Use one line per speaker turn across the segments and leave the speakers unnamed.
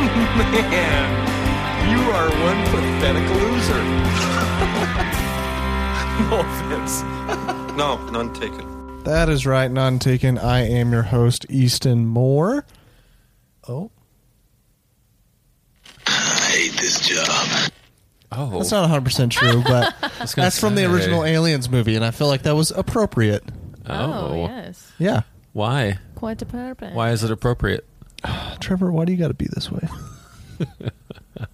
Man, you are one pathetic loser. no offense.
No, none taken.
That is right, non taken. I am your host, Easton Moore. Oh,
I hate this job.
Oh,
that's not 100% true, but
was gonna
that's from the
say.
original Aliens movie, and I feel like that was appropriate.
Oh,
yes.
Yeah.
why?
Quite the purpose.
Why is it appropriate?
Trevor, why do you got to be this way?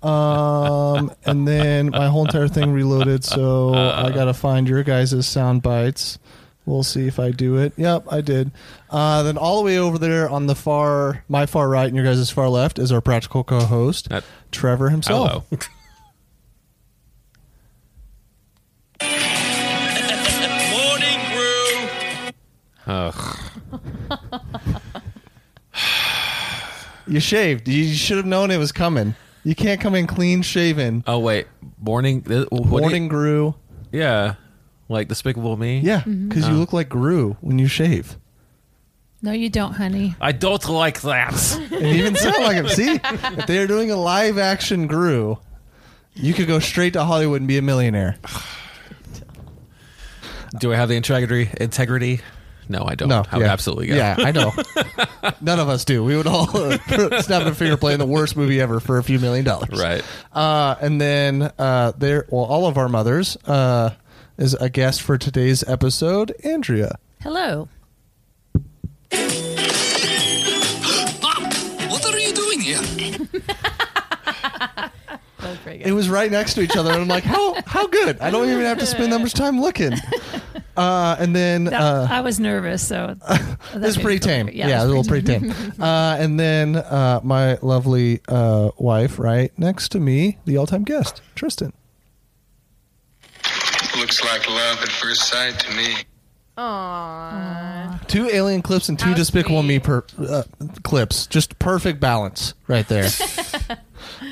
um, and then my whole entire thing reloaded, so I got to find your guys' sound bites. We'll see if I do it. Yep, I did. Uh, then all the way over there on the far, my far right and your guys' far left is our practical co-host,
That-
Trevor himself.
Hello.
Morning crew.
Ugh.
You shaved. You should have known it was coming. You can't come in clean shaven.
Oh wait, morning. th- what do you-
Morning Gru.
yeah, like Despicable Me.
Yeah, because
Uh.
you look like Gru when you shave.
No, you don't, honey.
I don't like that.
It even sound like him. See, if they were doing a live action Gru, you could go straight to Hollywood and be a millionaire.
do I have the integrity? Integrity? No, I don't.
No,
I would
yeah.
absolutely.
Yeah, I know. None of us do. We would all uh, snap a finger playing the worst movie ever for a few million dollars.
Right.
Uh, and then uh, there, well, all of our mothers uh, is a guest for today's episode, Andrea.
Hello.
What are you doing here?
That was pretty
It was right next to each other, and I'm like, how how good? I don't even have to spend that much time looking. Uh, and then uh,
I was nervous, so
it was pretty tame. Yeah, it was a little pretty tame. Uh, and then uh, my lovely uh, wife, right next to me, the all time guest, Tristan.
Looks like love at first sight to me.
Two alien clips and two Despicable Me per, uh, clips. Just perfect balance right there.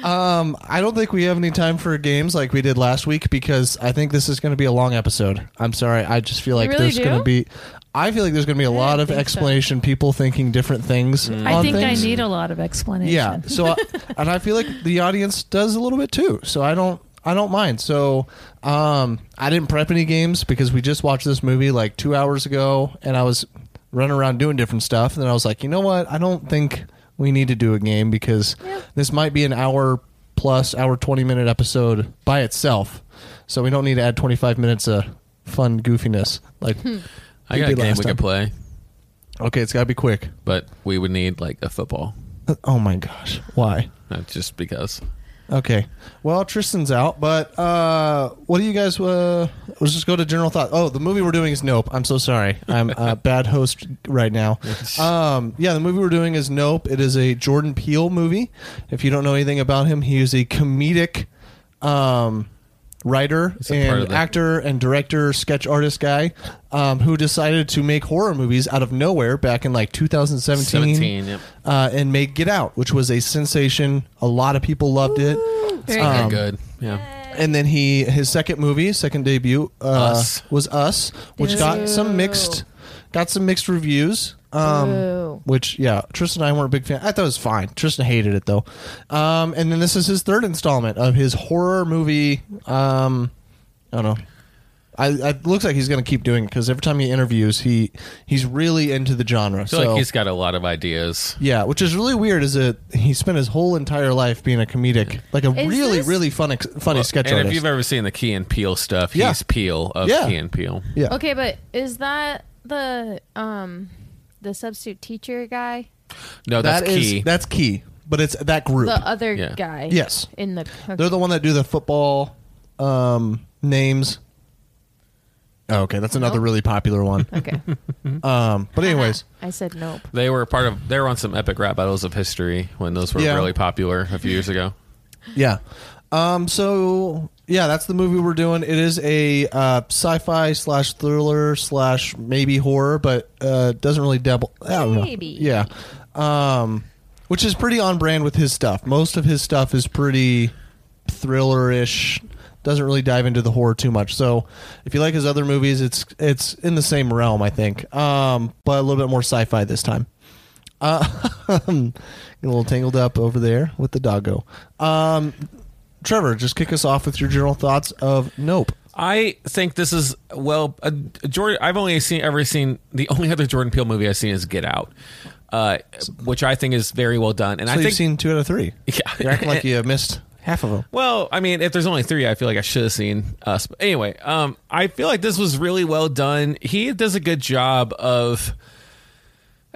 um, I don't think we have any time for games like we did last week because I think this is going to be a long episode. I'm sorry. I just feel like
really
there's
do?
going to be. I feel like there's going to be a lot of
think so. Mm.
explanation, people thinking different things.
I
on
think
things.
I need a lot of explanation.
Yeah. So, I- and I feel like the audience does a little bit too. So I don't, I don't mind. So, um, I didn't prep any games because we just watched this movie like two hours ago, and I was running around doing different stuff. And then I was like, you know what? I don't think we need to do a game because this might be an hour plus hour twenty minute episode by itself. So we don't need to add twenty five minutes of fun goofiness. Like,
I got a
did
game
last
we
time.
could play,
okay, it's got to be quick.
but we would need like a football.
Oh my gosh, why?
Not just because.
Okay. Well, Tristan's out, but uh, what do you guys? Uh, let's just go to general thought. Oh, the movie we're doing is Nope. I'm so sorry. I'm a bad host right now. Um, yeah, the movie we're doing is Nope. It is a Jordan Peele movie. If you don't know anything about him, he is a comedic um, writer
a part of
and
the-
actor and director, sketch artist guy um, who decided to make horror movies out of nowhere back in like 2017
Seventeen. Yep.
uh, and made Get Out, which was a sensation. A lot of people loved it.
Very
Very
um,
good.
good.
Yeah.
And then he his second movie, second debut, uh,
Us.
was Us, which got
Boo.
some mixed, got some mixed reviews. Um,
Boo.
which yeah, Tristan and I weren't big fan. I thought it was fine. Tristan hated it though. Um, and then this is his third installment of his horror movie. Um, I don't know. I, I it looks like he's going to keep doing it because every time he interviews, he he's really into the genre.
I feel
so
like he's got a lot of ideas.
yeah, which is really weird. Is that he spent his whole entire life being a comedic, like a
Is
really,
this-
really funny, funny sketch
and
artist.
if you've ever seen the Key and Peel stuff,
Yeah.
he's Peel of
Yeah.
Key and Peel.
yeah,
Okay, but is that the um the substitute teacher guy,
No, that's
That is-
Key.
that's key. But it's that group.
the other
Yeah.
guy?
Yes.
In the
They're the one that do the football um, names. Oh, okay, that's another really popular one.
okay.
Um, but anyways,
I said nope.
They were part of. They were on some epic rap battles of history when those were
Yeah.
really popular a few years ago.
yeah. Um, so yeah, that's the movie we're doing. It is a uh, sci-fi slash thriller slash maybe horror, but uh, doesn't really double. I don't know.
Maybe.
Yeah. Um, which is pretty on brand with his stuff. Most of his stuff is pretty thriller-ish. Doesn't really dive into the horror too much. So, if you like his other movies, it's it's in the same realm, I think. Um, but a little bit more sci-fi this time. a little tangled up over there with the doggo. Um, Trevor, just kick us off with your general thoughts of Nope.
I think this is well, a, a Jordan. I've only seen ever seen the only other Jordan Peele movie I've seen is Get Out, uh, which I think is very well done. And
So
I
you've
think,
seen two out of three.
Yeah.
You're acting like you missed half of them.
well, I mean, if there's only three, I feel like I should have seen us. But anyway, um, I feel like this was really well done. He does a good job of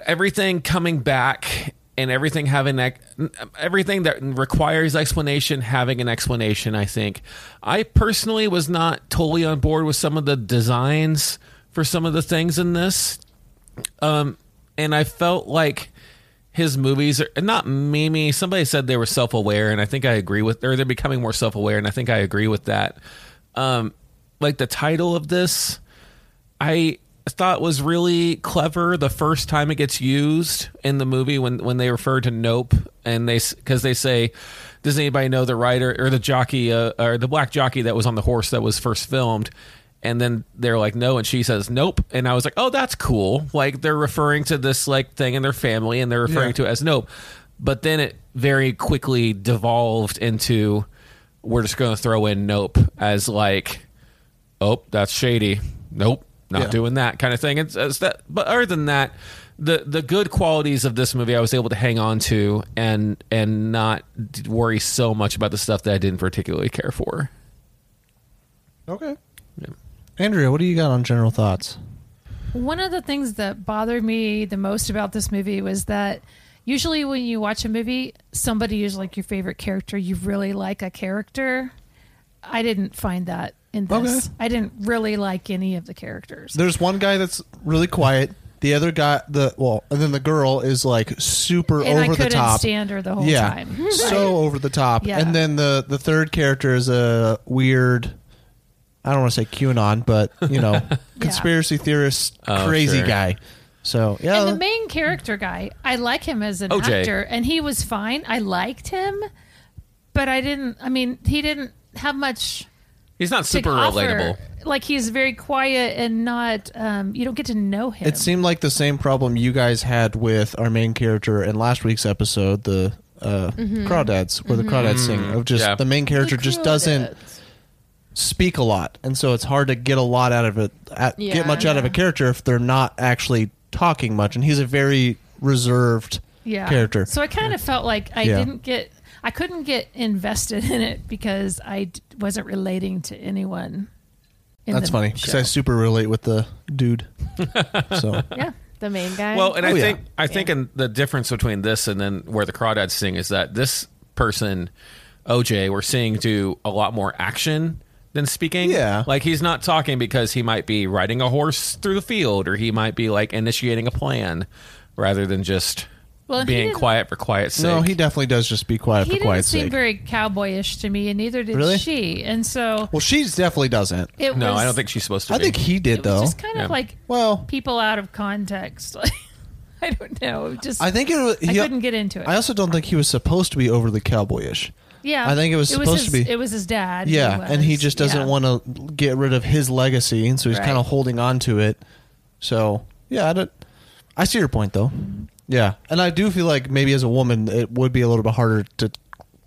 everything coming back and everything having ex- everything that requires explanation having an explanation i think i personally was not totally on board with some of the designs for some of the things in this um and i felt like his movies are and not mimi somebody said they were self-aware and i think i agree with or they're becoming more self-aware and i think i agree with that um like the title of this I thought was really clever the first time it gets used in the movie when when they refer to Nope and they because they say does anybody know the writer or the jockey uh, or the black jockey that was on the horse that was first filmed and then they're like no and she says nope and I was like oh that's cool like they're referring to this like thing in their family and they're referring to it as nope but then it very quickly devolved into we're just going to throw in nope as like oh that's shady nope not
Yeah.
doing that kind of thing it's, it's that but other than that the the good qualities of this movie i was able to hang on to and and not d- worry so much about the stuff that i didn't particularly care for
Okay. Andrea, what do you got on general thoughts?
One of the things that bothered me the most about this movie was that usually when you watch a movie, somebody is like your favorite character. You really like a character. I didn't find that in this.
Okay.
I didn't really like any of the characters.
There's one guy that's really quiet. The other guy, the well, and then the girl is like super
and I
over
couldn't
the top.
stand her the whole
yeah,
time.
so over the top.
Yeah.
And then the the third character is a weird. I don't want to say QAnon, but you know, conspiracy theorist,
Oh,
crazy
sure.
guy. So yeah,
And the main character guy, I like him as an
OJ.
actor, and he was fine. I liked him, but I didn't. I mean, he didn't have much
he's not
to
super
offer.
relatable
Like he's very quiet and not. Um, you don't get to know him.
it seemed like the same problem you guys had with our main character in last week's episode, the uh,
Mm-hmm.
Crawdads, where the Crawdads sing of just
Yeah.
the main character just doesn't speak a lot, and so it's hard to get a lot out of it, at,
Yeah.
get much out of a character if they're not actually talking much. And he's a very reserved
yeah.
character.
So I kind of felt like I
Yeah.
didn't get. I couldn't get invested in it because I d- wasn't relating to anyone. in
That's
the
funny because
show.
I super relate with the dude. so
yeah.
The main guy.
well and
Oh,
i
yeah.
think i think in the difference between this and then where the crawdads sing is that this person oj we're seeing do a lot more action than speaking
Yeah.
like he's not talking because he might be riding a horse through the field or he might be like initiating a plan rather than just
Well, he
being
didn't-
quiet for quiet sake
no, he definitely does just be quiet
He
for
didn't
quiet
seem
sake.
very cowboyish to me, and neither did
Really?
she. And so
well, she's definitely doesn't.
it
no
was.
i don't think she's supposed to
I
be
think he did
it was
though.
just kind
Yeah.
of like
well,
people out of context. Like I don't know. Just
I
I,
think it. Was, he,
couldn't get into it.
I also don't think he was supposed to be overly cowboyish.
yeah,
I think it was supposed
his,
to be-
It was his dad. who
Yeah, and he
was-
just doesn't
yeah.
want to get rid of his legacy, and so he's
Right.
kind of holding on to it. So yeah, I don't. I see your point though. Yeah, and I do feel like maybe as a woman, it would be a little bit harder to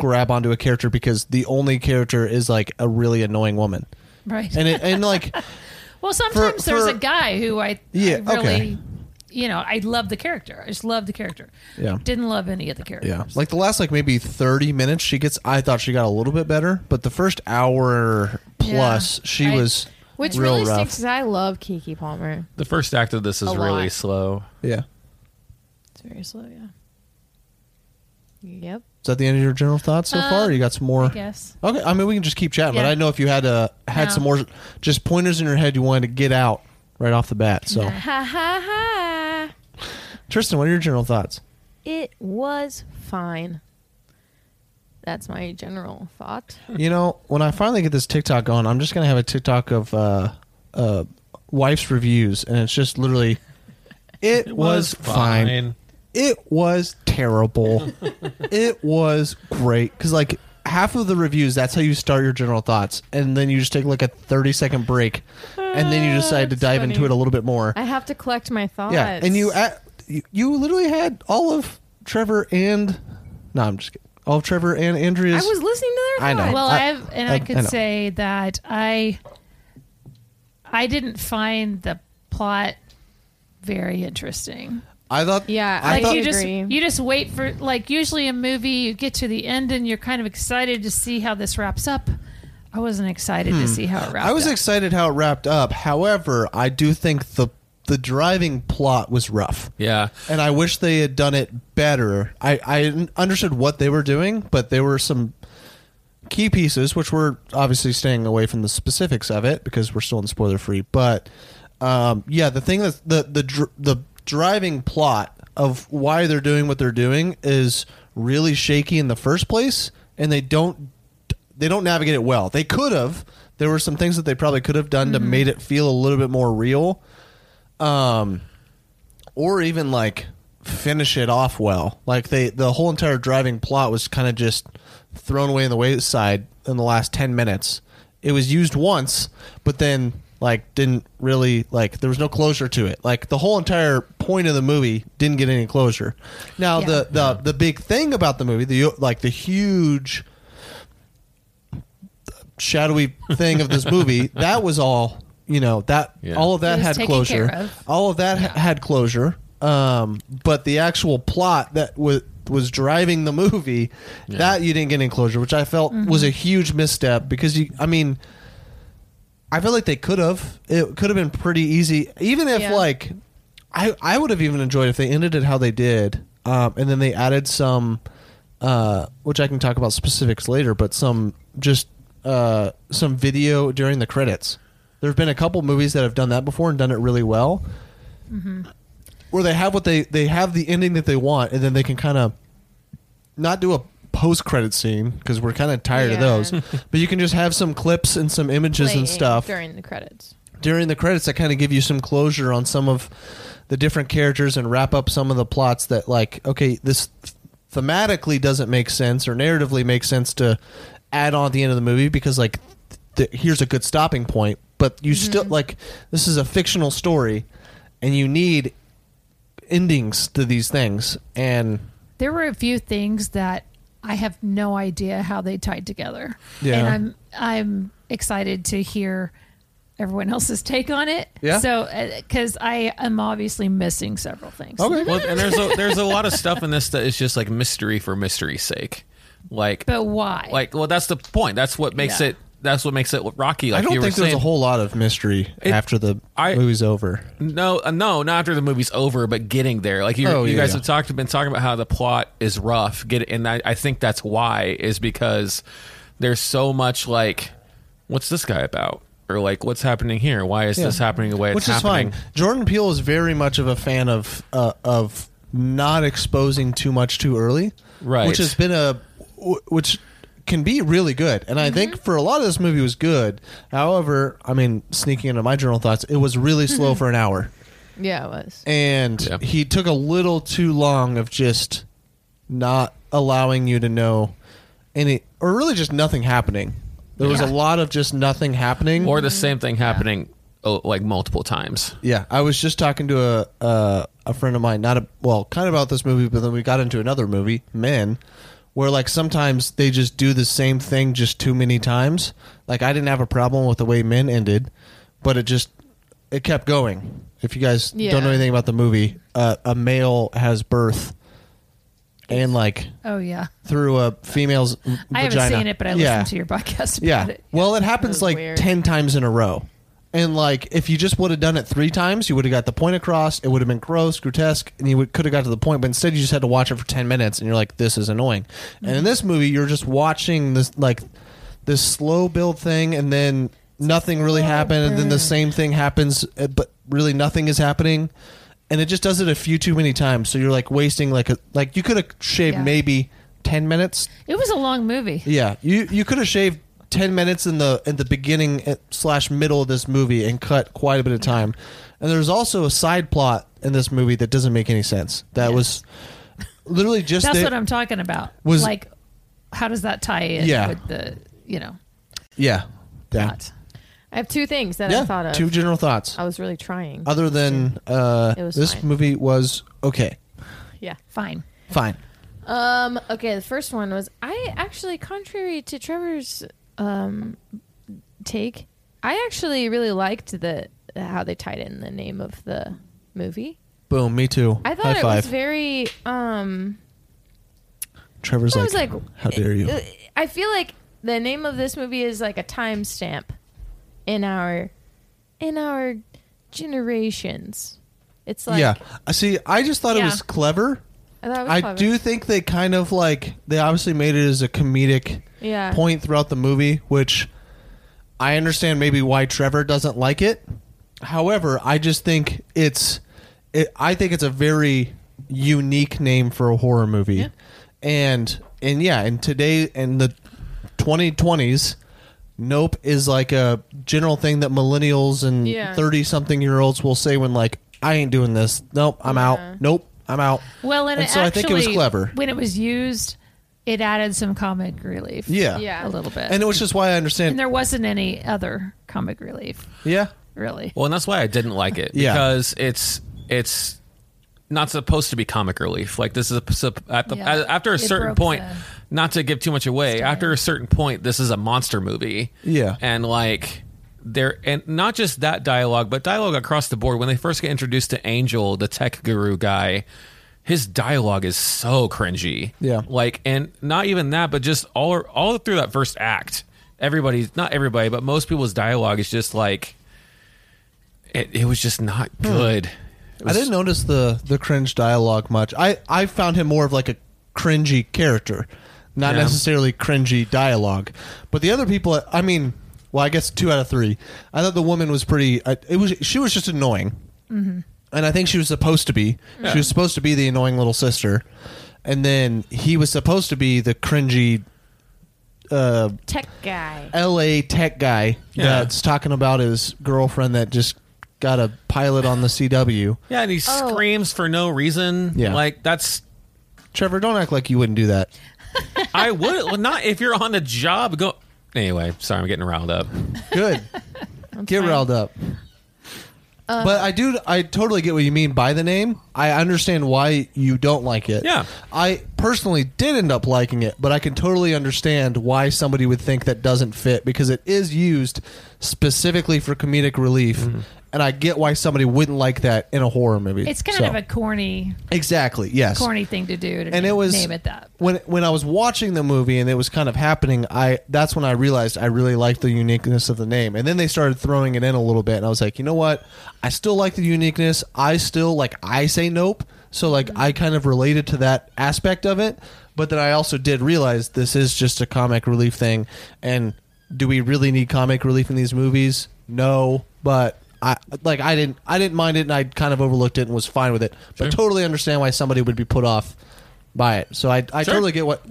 grab onto a character because the only character is like a really annoying woman,
Right.
and it, and like
well, sometimes there's
for-
a guy who I,
Yeah,
I really,
okay.
you know, I love the character. I just love the character.
Yeah.
Didn't love any of the characters.
yeah, like the last like maybe thirty minutes, she gets. I thought she got a little bit better, but the first hour plus, she
I-
was
which
real
really
rough.
stinks because I love Kiki Palmer.
the first act of this is
A
really
lot.
slow
Yeah.
It's very slow, yeah. Yep.
Is that the end of your general thoughts so far? Or you got some more?
Um, I guess.
Okay, I mean we can just keep chatting, but
Yeah.
I know if you had uh, had
No.
some more just pointers in your head you wanted to get out right off the bat. So,
Nah.
Ha ha ha.
Tristan, what are your general thoughts?
It was fine. That's my general thought.
You know, when I finally get this TikTok going, I'm just gonna have a TikTok of uh, uh, wife's reviews, and it's just literally, it, was, fine. It was terrible. it was great because like half of the reviews, that's how you start your general thoughts, and then you just take like a 30 second break, and then you decide to
That's
dive into
funny.
it a little bit more.
I have to collect my thoughts.
Yeah, and you a you, you literally had all of Trevor and no, I'm just kidding. All of Trevor and
I
Andrea's.
was listening to their
I know.
thoughts.
Well,
I-
I, have, and I,
I-
could
I know.
say that I, I didn't find the plot very interesting.
I thought.
Yeah,
I
Like
thought,
you just
agree.
you just wait for like usually a movie you get to the end and you're kind of excited to see how this wraps up. I wasn't excited to see how it wrapped.
Hmm. I was
up.
excited how it wrapped up. However, I do think the the driving plot was rough.
Yeah.
and I wish they had done it better. I, I understood what they were doing, but there were some key pieces, which were obviously staying away from the specifics of it because we're still in spoiler free. But um, yeah, the thing that's the the dr- the driving plot of why they're doing what they're doing is really shaky in the first place, and they don't they don't navigate it well. They could have. There were some things that they probably could have done to made it feel a little bit more real um, or even like finish it off well. Like they the whole entire driving plot was kind of just thrown away in the wayside in the last 10 minutes. It was used once, but then like didn't really like there was no closure to it. Like the whole entire point of the movie didn't get any closure. Now the the the big thing about the movie, the like the huge shadowy thing of this movie, that was all, you know, that
Yeah.
all of that
It was
had
taken
closure
care of.
all of that ha- had closure um, but the actual plot that was was driving the movie that you didn't get any closure which i felt was a huge misstep because you i mean i feel like they could have it could have been pretty easy even if
Yeah.
like i i would have even enjoyed if they ended it how they did um, and then they added some uh, which i can talk about specifics later but some just uh, some video during the credits there have been a couple movies that have done that before and done it really well where they have what they they have the ending that they want, and then they can kind of not do a post credit scene because we're kind of tired
Yeah.
of those. but you can just have some clips and some images
Playing
and stuff
during the credits.
during the credits that kind of give you some closure on some of the different characters and wrap up some of the plots that like okay this thematically doesn't make sense or narratively makes sense to add on at the end of the movie because like th- here's a good stopping point but you still like this is a fictional story and you need endings to these things and
there were a few things that I have no idea how they tied together.
Yeah.
And I'm I'm excited to hear everyone else's take on it.
Yeah.
So because I am obviously missing several things.
Well, and there's a, there's a lot of stuff in this that is just like mystery for mystery's sake. Like
But why?
like well that's the point. That's what makes
Yeah.
it that's what makes it rocky like
i don't
you
think
were
there's
saying.
a whole lot of mystery
It-
after the
I-
movie's over
No, uh, no, not after the movie's over, but getting there. Like you,
Oh,
you
yeah,
guys
yeah.
have talked, been talking about how the plot is rough. Get and I, I think that's why is because there's so much like, what's this guy about? Or like, what's happening here? Why is this happening the way it's
which is
happening?
fine. Jordan Peele is very much of a fan of uh, of not exposing too much too early,
Right.
Which has been a wh- which can be really good, and I think for a lot of this movie was good. However, I mean, sneaking into my general thoughts, it was really slow for an hour,
Yeah, it was.
and
Yeah.
he took a little too long of just not allowing you to know any, or really just nothing happening. There was a lot of just nothing happening,
Or the same thing happening oh, like multiple times.
Yeah, I was just talking to a uh, a friend of mine, not a well, kind of about this movie, but then we got into another movie, Men, where like sometimes they just do the same thing just too many times. Like I didn't have a problem with the way Men ended, but it just it kept going. If you guys
Yeah.
don't know anything about the movie, uh, a male has birth, and like
oh yeah.
through a female's
I haven't
vagina.
seen it, but I
Yeah.
listened to your podcast about
Yeah.
it.
Well, it happens
was
like
weird.
10 times in a row. And like if you just would have done it 3 times, you would have got the point across. It would have been gross, grotesque, and you could have got to the point, but instead you just had to watch it for 10 minutes and you're like this is annoying. And in this movie, you're just watching this like this slow build thing and then nothing really happened and then the same thing happens uh, but really nothing is happening. And it just does it a few too many times, so you're like wasting like a like you could have shaved
Yeah.
maybe 10 minutes
It was a long movie.
yeah, you you could have shaved ten minutes in the in the beginning eh, slash middle of this movie and cut quite a bit of time. And there's also a side plot in this movie that doesn't make any sense. That was literally just
That's
the-
what I'm talking about.
Was-
like how does that tie in
Yeah.
with the you know
yeah yeah.
not
I have two things that I thought
yeah,
of.
two general thoughts.
I was really trying.
Other than uh,
It was
this
fine.
movie was okay,
yeah.
Fine.
fine.
Um. Okay. The first one was I actually, contrary to Trevor's um take, I actually really liked the how they tied in the name of the movie.
Boom, me too.
I thought
High
it
five.
was very um.
Trevor's
I
like,
was like, uh,
how dare you?
I feel like the name of this movie is like a timestamp in our in our generations. It's like
yeah, I see. I just thought it
Yeah.
was clever.
I, thought it was
I
clever.
do think they kind of like they obviously made it as a comedic
Yeah.
point throughout the movie, which I understand maybe why Trevor doesn't like it. However, I just think it's it, I think it's a very unique name for a horror movie. And and yeah, and today in the 2020s, nope is like a general thing that millennials and
Yeah.
30 something year olds will say when like I ain't doing this. Nope, I'm
Yeah.
out. Nope, I'm out.
Well, and,
And
it
so I
actually,
think it was clever.
when it was used. It added some comic relief.
Yeah.
Yeah.
a little bit.
And which is why I
and
understand.
there wasn't any other comic relief
yeah.
really
Well, and that's why I didn't like it
Yeah.
because it's it's not supposed to be comic relief. Like this is a, sup- at the,
Yeah.
a- after a
It
certain
broke
point.
the
Not to give too much away. After a certain point, this is a monster movie.
Yeah.
and like there and not just that dialogue, but dialogue across the board. When they first get introduced to Angel, the tech guru guy. His dialogue is so cringy.
Yeah.
Like, and not even that, but just all all through that first act, everybody's not everybody, but most people's dialogue is just like, it, it was just not good. It
Hmm. I
was-
didn't notice the the cringe dialogue much. I I found him more of like a cringy character, not
Yeah.
necessarily cringy dialogue. But the other people, I mean, well, I guess two out of three. I thought the woman was pretty. I- It was she was just annoying, and I think she was supposed to be. She was supposed to be the annoying little sister, and then he was supposed to be the cringy
tech guy.
LA tech guy
Yeah.
that's talking about his girlfriend that just got a pilot on the CW.
Yeah, and he
Oh.
screams for no reason.
Yeah.
Like that's
Trevor, don't act like you wouldn't do that.
I would well, not if you're on the job. Go anyway. Sorry, I'm getting riled up.
Good. get
fine.
riled up.
Uh,
but I do. I totally get what you mean by the name. I understand why you don't like it.
Yeah.
I personally did end up liking it, but I can totally understand why somebody would think that doesn't fit because it is used specifically for comedic relief, and I get why somebody wouldn't like that in a horror movie.
it's kind
So-
of a corny
exactly yes
corny thing to do to
and it was
name it that
when when I was watching the movie and it was kind of happening. I that's when I realized I really liked the uniqueness of the name, and then they started throwing it in a little bit, and I was like, you know what? I still like the uniqueness. I still like I say nope, so like I kind of related to that aspect of it, but then I also did realize this is just a comic relief thing, and do we really need comic relief in these movies? No, but. I, like I didn't I didn't mind it and I kind of overlooked it and was fine with it, but totally understand why somebody would be put off by it. So I, I
Sure.
totally get what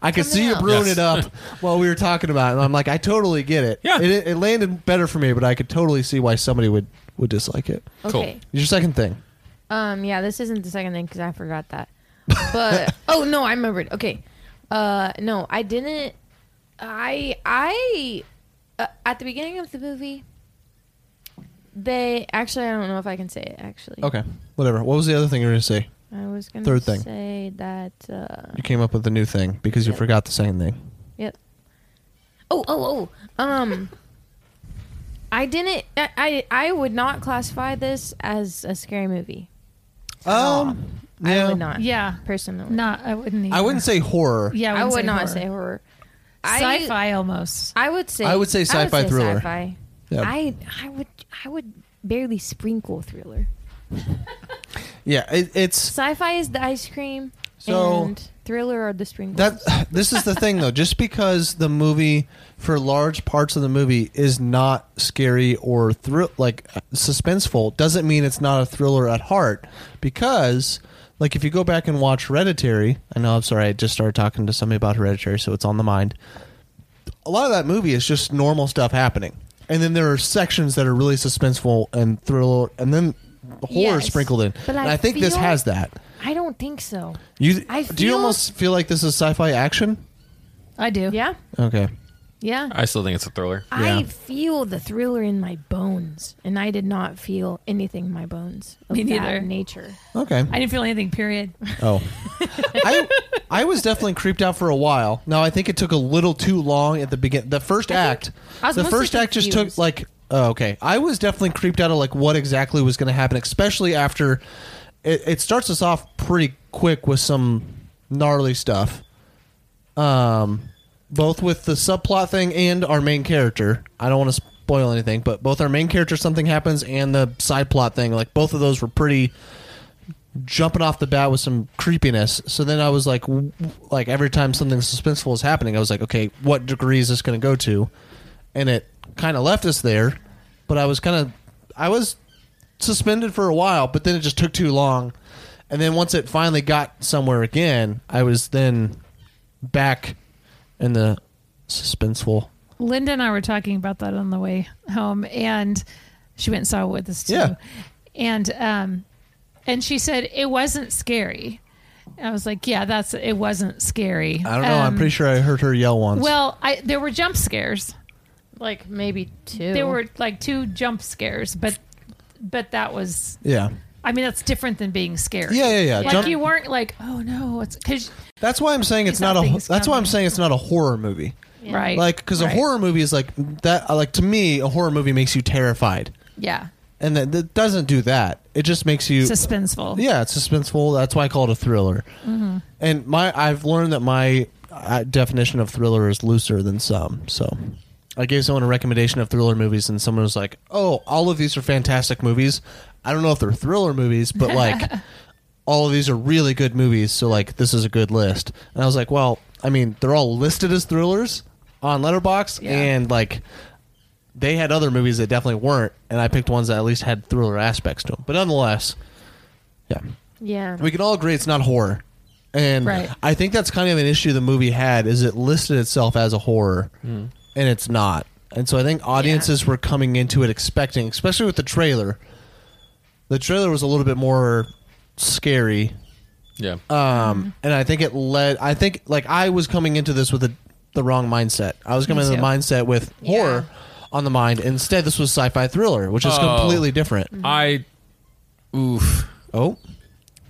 I could see you
else.
brewing
Yes.
it up while we were talking about it. And I'm like, I totally get it.
Yeah.
It, it landed better for me, but I could totally see why somebody would, would dislike it.
Okay.
Your second thing.
Um. Yeah. This isn't the second thing because I forgot that. But oh no, I remembered. Okay. Uh. No, I didn't. I I uh, at the beginning of the movie. They actually, I don't know if I can say it. Actually,
Okay. Whatever. What was the other thing you were going to say?
I was gonna
Third thing.
say that. Uh,
You came up with a new thing because you
Yep.
forgot the same thing.
Yep. Oh, oh, oh. Um, I didn't. I, I I would not classify this as a scary movie.
Um,
I
yeah.
would not.
yeah
personally,
not i wouldn't either.
I wouldn't say horror.
yeah
I, would not
horror.
say horror. I-
sci-fi almost
I would say.
I would say sci-fi thriller.
sci-fi.
Yeah.
I I would I would barely sprinkle thriller.
Yeah. It, it's
Sci-fi is the ice cream,
So-
and thriller are the sprinkles.
that. This is the thing though. Just because the movie, for large parts of the movie, is not scary or thrill like suspenseful, doesn't mean it's not a thriller at heart. Because, like, if you go back and watch Hereditary, I know. I'm sorry, I just started talking to somebody about Hereditary, so it's on the mind. a lot of that movie is just normal stuff happening, and then there are sections that are really suspenseful and thriller, and then horror
Yes,
sprinkled in.
but I
and I think this
feel-
has that.
I don't think so.
You
I
do you
feel-
almost feel like this is sci-fi action?
i do
Yeah.
Okay,
Yeah.
I still think it's a thriller.
I feel the thriller in my bones, and I did not feel anything in my bones. Of
Me
that
neither.
Nature.
Okay.
I didn't feel anything. Period.
Oh, I I was definitely creeped out for a while. Now I think it took a little too long at the beginning. The first act,
I was
the
mostly
first act just took
confused.
like oh, okay. I was definitely creeped out of like what exactly was going to happen, especially after it, it starts us off pretty quick with some gnarly stuff. Um, both with the subplot thing and our main character. I don't want to spoil anything, but both our main character something happens and the side plot thing. Like both of those were pretty jumping off the bat with some creepiness. So then I was like, w- w- like every time something suspenseful is happening, I was like, okay, what degree is this going to go to? And it kind of left us there, but I was kind of, I was suspended for a while, but then it just took too long. And then once it finally got somewhere again, I was then back in the suspenseful.
Linda and I were talking about that on the way home, and she went and saw it with us too.
Yeah.
And um, and she said it wasn't scary. I was like, yeah, that's it wasn't scary. Um,
I don't know. I'm pretty sure I heard her yell once.
Well, I there were jump scares.
Like maybe two.
There were like two jump scares, but but that was
yeah.
I mean that's different than being scared.
Yeah, yeah, yeah.
Like
Jump-
you weren't like, oh no, it's because
that's why I'm saying it's not a.
Something's
That's why I'm
coming.
saying it's not a horror movie.
right,
like because a
right.
horror movie is like that like to me a horror movie makes you terrified
yeah,
and that, that doesn't do that it just makes you
suspenseful.
yeah it's suspenseful that's why i call it a thriller
Mm-hmm.
and my i've learned that my uh, definition of thriller is looser than some so i gave someone a recommendation of thriller movies and someone was like oh all of these are fantastic movies i don't know if they're thriller movies but like all of these are really good movies, so like this is a good list. And I was like, well, I mean, they're all listed as thrillers on Letterbox,
Yeah.
and like they had other movies that definitely weren't, and I picked ones that at least had thriller aspects to them. But nonetheless, yeah,
Yeah.
we can all agree it's not horror, and
Right.
I think that's kind of an issue the movie had is it listed itself as a horror,
Hmm.
and it's not. And so I think audiences were coming into it expecting, especially with the trailer. The trailer was a little bit more scary
Yeah.
Mm-hmm.
um, and I think it led. I think like I was coming into this with a, the wrong mindset. I was coming into the
too.
mindset with horror on the mind. Instead, this was sci-fi thriller, which is
Oh.
completely
Mm.
different.
I, oof,
Oh,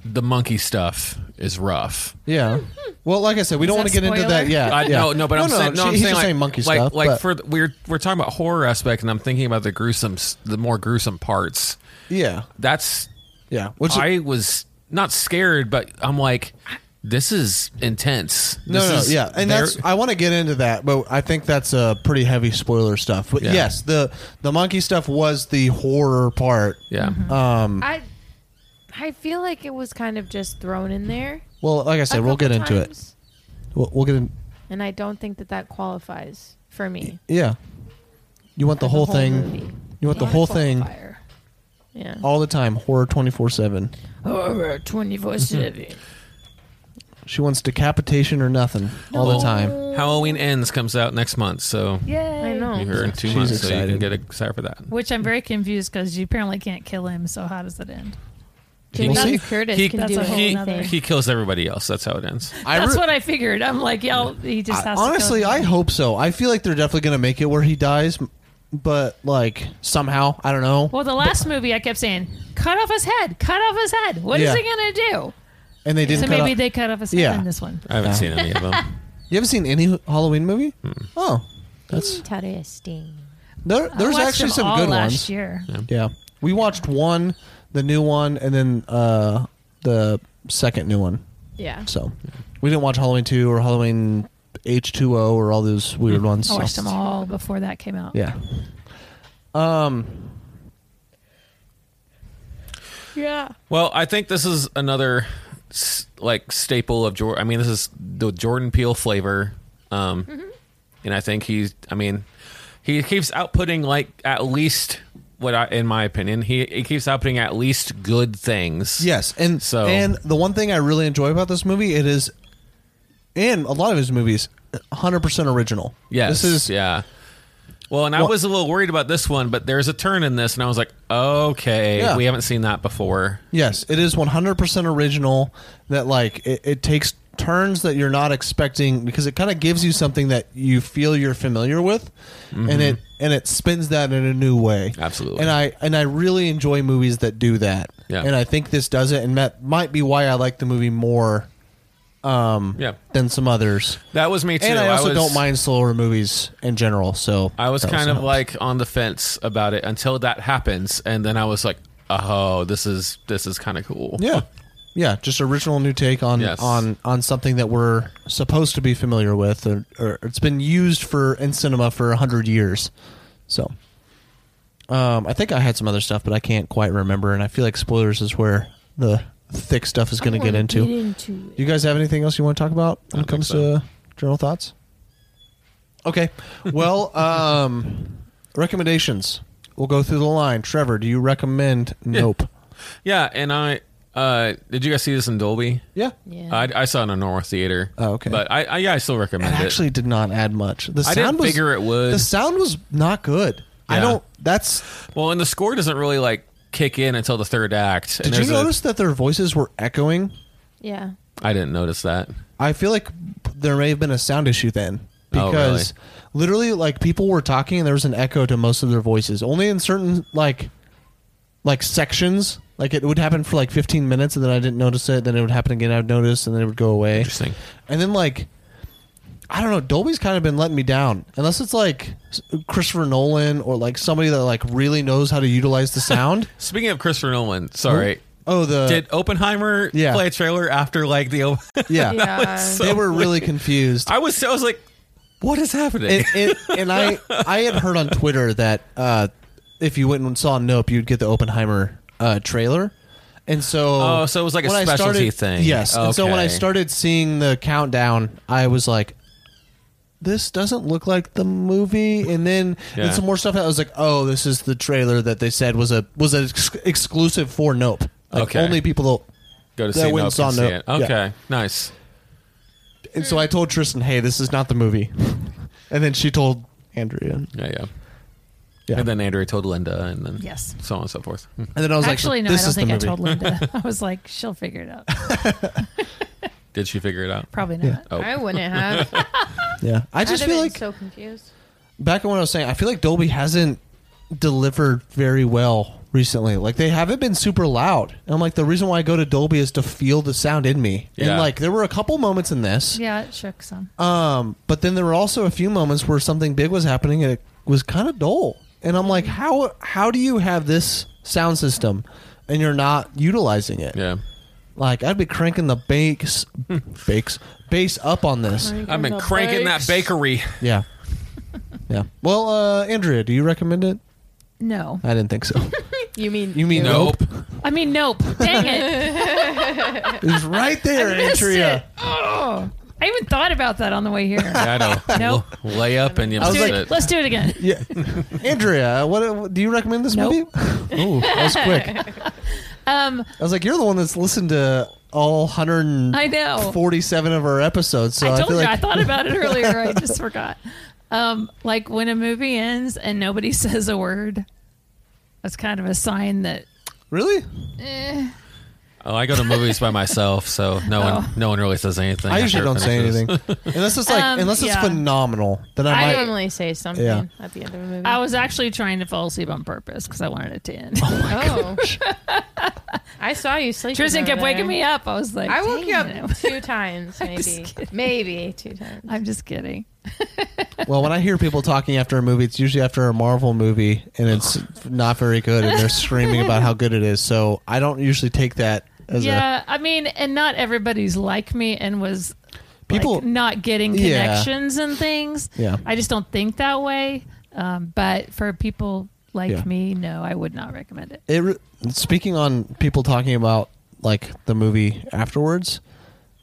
the monkey stuff is rough.
yeah. Well, like I said, we don't
that
want to get into
spoiler?
that. Yeah,
I,
Uh, yeah.
No, no, but I'm saying, no,
she-
I'm
he's
saying,
just
like,
saying monkey
like,
stuff.
Like
but-
for the, we're we're talking about horror aspect, and I'm thinking about the gruesome, s- the more gruesome parts.
yeah,
That's
yeah. Which
I was not scared, but I'm like, this is intense.
no,
This
no,
is-
yeah, and
there-
that's I want to get into that, but I think that's a pretty heavy spoiler stuff. But
Yeah.
yes, the the monkey stuff was the horror part.
yeah.
I. I feel like it was kind of just thrown in there.
Well, like I
a
said, we'll get
couple
into it.
times,
We'll, we'll get in.
And I don't think that that qualifies for me.
Yeah. You want the
Like
whole thing.
movie.
You want the whole thing
Yeah.
all the time, horror 24 7.
Horror 24 7.
She wants decapitation or nothing all the time.
Halloween Ends comes out next month, so
Yeah,
I know.
you're in two
She's
months, so you
excited.
can get excited for that.
Which I'm very confused because you apparently can't kill him. So how does it end?
He-
We'll
Dr.
see.
Curtis
He-
can
That's
do
a whole
He,
nother-
anything.
he kills everybody else. That's how it ends.
I
That's
re-
what I figured. I'm like, yeah, he just has. to
Honestly,
kill
I
him.
hope so. I feel like they're definitely going to make it where he dies, m- but like somehow, I don't know.
Well, the last movie I kept saying, cut off his head, cut off his head. What is
Yeah.
he gonna do?
and they didn't
So
cut
maybe
off-
they cut off his head
Yeah. Uh,
in this one.
I haven't
Yeah.
seen any of them.
You haven't seen any Halloween movie? Oh, that's
Interesting.
there,
I
there's
watched
actually
them
some
all
good
last
ones.
year.
Yeah. We watched one, the new one, and then uh, the second new one.
Yeah.
So we didn't watch Halloween 2 or Halloween H2O or all those weird ones.
Hmm. I
so.
watched them all before that came out.
Yeah.
Yeah.
Well, I think this is another s- like staple of Jordan. I mean, this is the Jordan Peele flavor, um, and I think he's. I mean, he keeps outputting like at least what I, in my opinion, he, he keeps outputting at least good things.
Yes, and
So-
and the one thing I really enjoy about this movie it is, and a lot of his movies, hundred percent original.
Yes.
this is
yeah. Well, and I
Well-
was a little worried about this one, but there's a turn in this, and I was like, okay,
Yeah.
we haven't seen that before.
yes, it is one hundred percent original. That like it, it takes turns that you're not expecting because it kind of gives you something that you feel you're familiar with and it and it spins that in a new way
Mm-hmm. Absolutely.
and i and i really enjoy movies that do that
Yeah.
and i think this does it and that might be why i like the movie more
yeah,
than some others
that was me too.
and i also
was-
don't mind slower movies in general so
I was
that
kind of
helps.
like on the fence about it until that happens, and then I was like, "Oh, this is this is kind of cool."
yeah yeah just original new take on
Yes.
on on something that we're supposed to be familiar with or, or it's been used for in cinema for 100 years so um, i think i had some other stuff but i can't quite remember and i feel like spoilers is where the thick stuff is going to get into
Get into it.
you guys have anything else you want to talk about when it
don't
comes
think so.
to uh, general thoughts okay well um recommendations we'll go through the line trevor do you recommend nope
Yeah, and I uh, did you guys see this in Dolby?
yeah
Yeah.
I, I saw it in a normal theater.
Oh, okay.
But I, I yeah, I still recommend
It
it.
actually did not add much. The sound
I didn't
was,
figure it would.
The sound was not good. I
Yeah.
don't. That's.
well, and the score doesn't really like kick in until the third act. and
Did you
there's a-
notice that their voices were echoing?
yeah.
I didn't notice that.
I feel like there may have been a sound issue then
Oh,
because literally, like people were talking and there was an echo to most of their voices. Only in certain like, like sections. Like it would happen for like 15 minutes and then I didn't notice it. Then it would happen again. I'd notice and then it would go away.
Interesting.
And then like I don't know, Dolby's kind of been letting me down. Unless it's like s- Christopher Nolan or like somebody that like really knows how to utilize the sound.
Speaking of Christopher Nolan, sorry.
Oh, the
Did Oppenheimer
Yeah.
play a trailer after like the? op-
yeah.
Yeah.
They were really confused.
I was I was like, what is happening?
and, and, and I I had heard on Twitter that uh, if you went and saw Nope, you'd get the Oppenheimer uh, trailer. And so,
Oh, so it was like a
when I
specialty
started-
thing.
Yes. And so when I
Okay.
started seeing the countdown, I was like, "This doesn't look like the movie." And then
Yeah.
and some more stuff. I was like, "Oh, this is the trailer that they said was a was an ex- exclusive for Nope. Like
Okay.
only people
Go
That
to see
went
Nope
and saw
and see
Nope.
it.
Yeah.
Okay, nice.
that." And so I told Tristan, "Hey, this is not the movie." and then she told Andrea.
Yeah, yeah.
Yeah.
And then Andrea told Linda, and then
Yes.
so on and so forth. Hmm.
And then I was
Actually,
like,
no, I
"This
don't
is
think
the
I
movie."
told Linda. I was like, she'll figure it out.
Did she figure it out?
Probably not.
Oh.
I wouldn't have.
Yeah, I
I
just
just have been
feel like
so confused.
back on what I was saying. I feel like Dolby hasn't delivered very well recently. Like they haven't been super loud. And I'm like, the reason why I go to Dolby is to feel the sound in me. And
Yeah.
like there were a couple moments in this,
Yeah, it shook some.
um, but then there were also a few moments where something big was happening and it was kind of dull. And I'm like, how how do you have this sound system and you're not utilizing it?
Yeah.
Like I'd be cranking the bakes, bakes, bass up on this.
I've been cranking that bakery.
Yeah. Yeah. Well, uh, Andrea, do you recommend it?
No.
I didn't think so.
You mean
You mean
Nope.
I mean, nope. Dang it.
It was right there,
Missed
Andrea.
it. Oh. I even thought about that on the way here.
I know.
Nope.
L- Lay up and you
was
missed
like,
it.
Let's do it again.
Yeah, Andrea, what, what- do you recommend this
Nope.
movie? oh, that was quick. I
Um,
was like, you're the one that's listened to all
I
147
know.
of our episodes. So I,
I told
feel
you
like
I thought about it earlier. I just forgot. Um, like when a movie ends and nobody says a word, that's kind of a sign that
really.
Oh, I go to movies by myself, so no
Oh.
one no one really says anything.
I
after
usually
it
don't say
finishes.
anything unless it's like
Um,
unless it's
yeah.
phenomenal. Then I
I
I
might.
normally say something
Yeah.
at the end of a movie.
I was actually trying to fall asleep on purpose because I wanted it to end.
oh. I saw you sleeping.
oh. Tristan
over
kept
there.
waking me up. I was like,
I woke you
"Dang
up
it."
two times, maybe.
just kidding.
Maybe two times.
I'm just kidding.
Well, when I hear people talking after a movie, it's usually after a Marvel movie, and it's not very good, and they're screaming about how good it is. So I don't usually take that as a
yeah, I mean, and not everybody's like me and was
People-
like, not getting
Yeah.
connections and things.
Yeah.
I just don't think that way. Um, but for people like
Yeah.
me, no, I would not recommend it.
it re- speaking on people talking about like the movie afterwards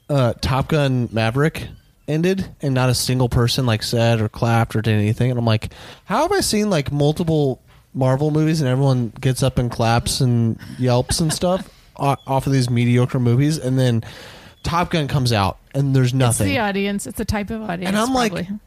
uh top gun maverick ended and not a single person like said or clapped or did anything and i'm like how have i seen like multiple marvel movies and everyone gets up and claps and yelps and stuff o- off of these mediocre movies and then top gun comes out and there's
It's
nothing
the uh, audience. It's the type of audience.
And I'm like,
probably.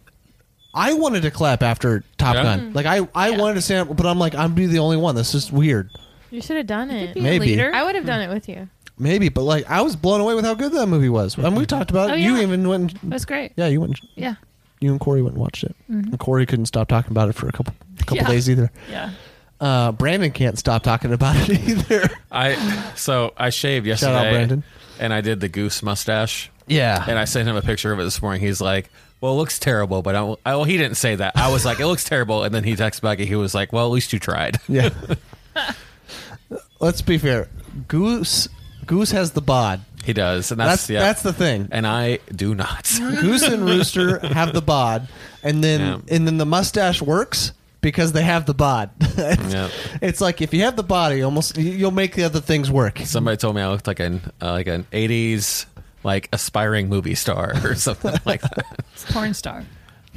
i wanted to clap after top
Yeah.
gun like i i wanted to stand up but i'm like i'm be the only one this is weird
You should have done it.
maybe
leader.
I would have done it with you.
Maybe, but like I was blown away with how good that movie was. And we talked about
Oh,
it. You
yeah.
even went.
It was great.
Yeah, you went.
Yeah.
You and Corey went and watched it. And Corey couldn't stop talking about it for a couple couple
Mm-hmm. Yeah.
days either.
Yeah.
Uh, Brandon can't stop talking about it either.
I so I shaved
out,
yesterday,
Brandon.
and I did the goose mustache.
Yeah.
and I sent him a picture of it this morning. He's like, "Well, it looks terrible," but I, I well, he didn't say that. I was like, "It looks terrible," and then he texted back and he was like, "Well, at least you tried."
Yeah. Let's be fair. Goose Goose has the bod.
He does, and that's
That's
yeah,
that's the thing.
and I do not.
Goose and Rooster have the bod, and then
Yeah.
and then the mustache works because they have the bod. it's,
Yeah.
it's like if you have the body, almost you- you'll make the other things work.
Somebody told me I looked like an uh, like an '80s like aspiring movie star or something like that.
It's porn star.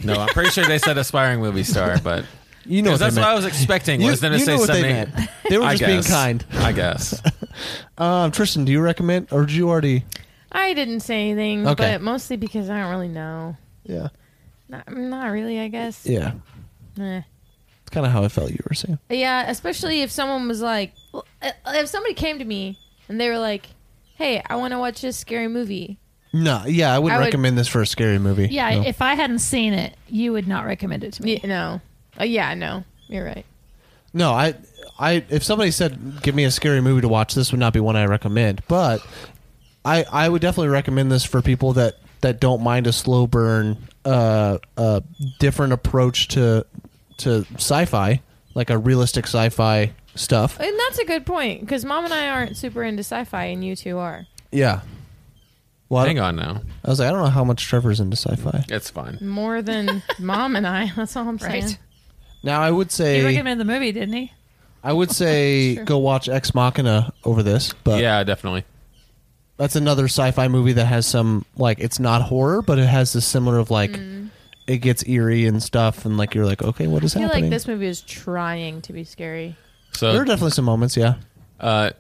No, I'm pretty sure they said aspiring movie star, but
You know what
because that's
they
what
meant.
I was expecting.
You-
was them to
you
say
know what they
something.
meant. They were
I
just being
guess.
kind.
I guess.
Um, Tristan, do you recommend or do you already?
I didn't say anything,
Okay.
but mostly because I don't really know.
Yeah,
Not, not really, I guess.
yeah.
Eh.
It's kind of how I felt you were saying.
Yeah, especially if someone was like, uh, if somebody came to me and they were like, "Hey, I want to watch this scary movie."
No, yeah, I wouldn't
I would-
recommend this for a scary movie.
Yeah.
No.
If I hadn't seen it, you would not recommend it to me.
Yeah, no, uh, yeah, no, you're right.
No, I, I. If somebody said, "Give me a scary movie to watch," this would not be one I recommend. But I, I would definitely recommend this for people that that don't mind a slow burn, uh, uh, different approach to to sci-fi, like a realistic sci-fi stuff.
And that's a good point because mom and I aren't super into sci-fi, and you two are.
Yeah. Well, I
Hang
don't-
on now.
I was like, I don't know how much Trevor's into sci-fi.
It's fine.
More than mom and I. That's all I'm saying.
Right.
Now, I would
He
say,
recommended the movie, didn't he?
I
Oh,
would say, go watch Ex Machina over this, but
Yeah, definitely.
that's another sci-fi movie that has some like it's not horror, but it has this similar of like it gets eerie and stuff, and like you're like, okay, what is
Mm. I feel
happening?
like this movie is trying to be scary.
So
there are definitely some moments, yeah.
Uh,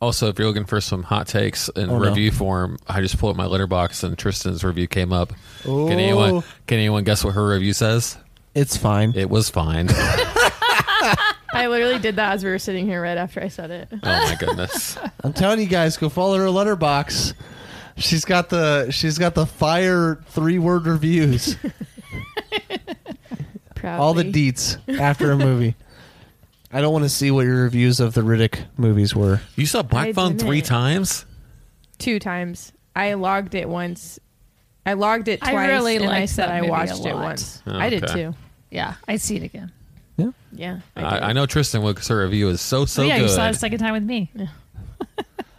also, if you're looking for some hot takes in
Oh, no.
review form, I just pulled up my letterbox and Tristan's review came up. Can
Oh.
anyone can anyone guess what her review says?
It's fine.
It was fine. oh
I literally did that as we were sitting here right after I said it.
my goodness.
I'm telling you guys, go follow her letterbox. She's got the she's got the fire three word reviews,
Proudly.
all the deets after a movie. I don't want to see what your reviews of the Riddick movies were.
You saw Black
I
Phone three
didn't.
times?
two times. I logged it once. I logged it
I
twice,
really
and I
liked
said
that
I
movie a
watched it
lot.
once.
Oh,
I did
okay.
too.
Yeah. I'd see it again.
Yeah,
I,
did.
I know Tristan because her review is so so
So Oh, yeah,
good.
you saw it a second time with me.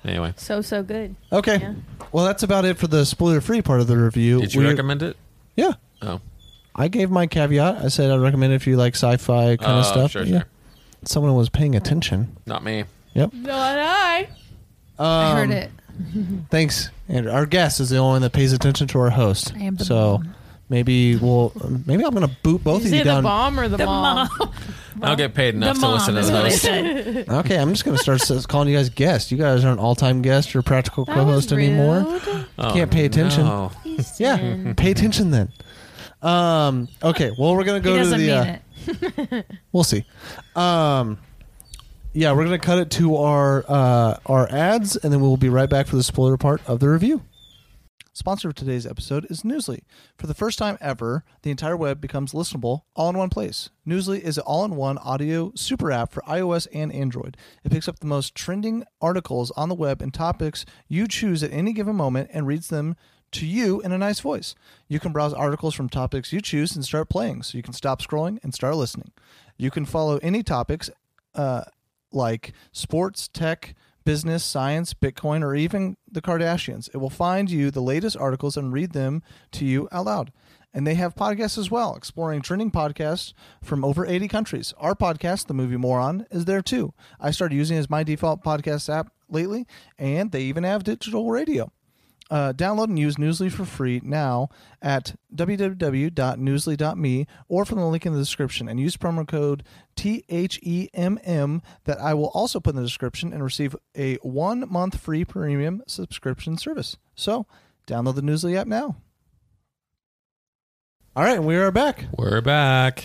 anyway,
So so good.
Okay,
Yeah.
well that's about it for the spoiler free part of the review.
did you
We're-
recommend it?
Yeah,
Oh,
I gave my caveat. I said I'd recommend it if you like sci-fi kind
Oh,
of stuff.
Sure,
Yeah.
sure.
Someone was paying attention.
Not me.
Not I.
Um,
I heard it.
Thanks, Andrew. Our guest is the only one that pays attention to our host.
I am the
so
bomb.
maybe we'll maybe I'm gonna boot both
Did
of you
you say the
down.
bomb or the, mom?
I don't get paid enough
the
to
mom
listen to
is what I
those.
said.
Okay, I'm just gonna start s- calling you guys guests. You guys aren't all-time guest or practical
That
co-host
was
anymore.
rude.
Oh,
Can't pay attention.
no.
Yeah,
Easton.
pay attention then. Um. Okay. Well, we're gonna
He
go to the.
doesn't mean
uh,
it.
We'll see. Um, yeah, we're gonna cut it to our uh, our ads, and then we'll be right back for the spoiler part of the review. Sponsor of today's episode is Newsly. For the first time ever, the entire web becomes listenable all in one place. Newsly is an all in one audio super app for iOS and Android. It picks up the most trending articles on the web and topics you choose at any given moment and reads them to you in a nice voice. You can browse articles from topics you choose and start playing, so you can stop scrolling and start listening. You can follow any topics uh, like sports, tech, business, science, Bitcoin, or even the Kardashians. It will find you the latest articles and read them to you out loud. And they have podcasts as well, exploring trending podcasts from over 80 countries. Our podcast, The Movie Moron, is there too. I started using it as my default podcast app lately, and they even have digital radio. Uh, download and use Newsly for free now at www.newsly.me or from the link in the description and use promo code THEMM that I will also put in the description and receive a one month free premium subscription service. So download the Newsly app now. All right, we are back.
We're back.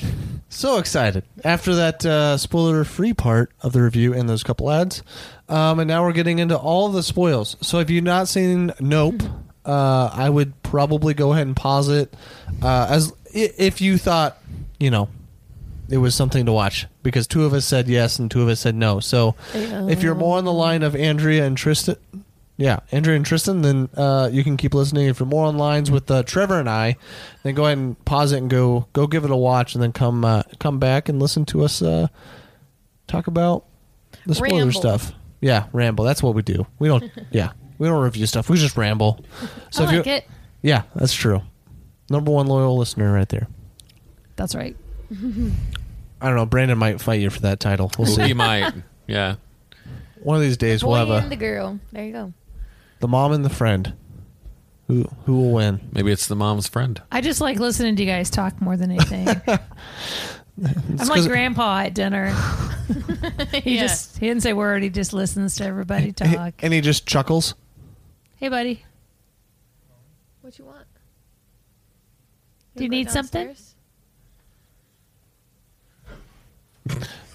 So excited after that uh, spoiler-free part of the review and those couple ads, um, and now we're getting into all the spoils. So if you've not seen Nope, uh, I would probably go ahead and pause it uh, as i- if you thought, you know, it was something to watch because two of us said yes and two of us said no. So if you're more on the line of Andrea and Tristan, yeah, Andrea and Tristan, then uh, you can keep listening. If you're more on lines with uh, Trevor and I, then go ahead and pause it and go go give it a watch, and then come uh, come back and listen to us uh, talk about the spoiler
Ramble.
stuff. Yeah, ramble. That's what we do. We don't. yeah, we don't review stuff. We just ramble. So if
I
you-
like it.
Yeah, that's true. Number one loyal listener right there.
That's right.
I don't know. Brandon might fight you for that title. We'll see.
You might. Yeah.
One of these days,
Boy
we'll have
and the
a
girl. There you go.
the mom and the friend. Who who will win?
Maybe it's the mom's friend.
I just like listening to you guys talk more than anything. I'm
'cause-
like grandpa at dinner. he just he didn't say a word. He just listens to everybody talk.
And he just chuckles.
hey, buddy,
What you want?
do you need something?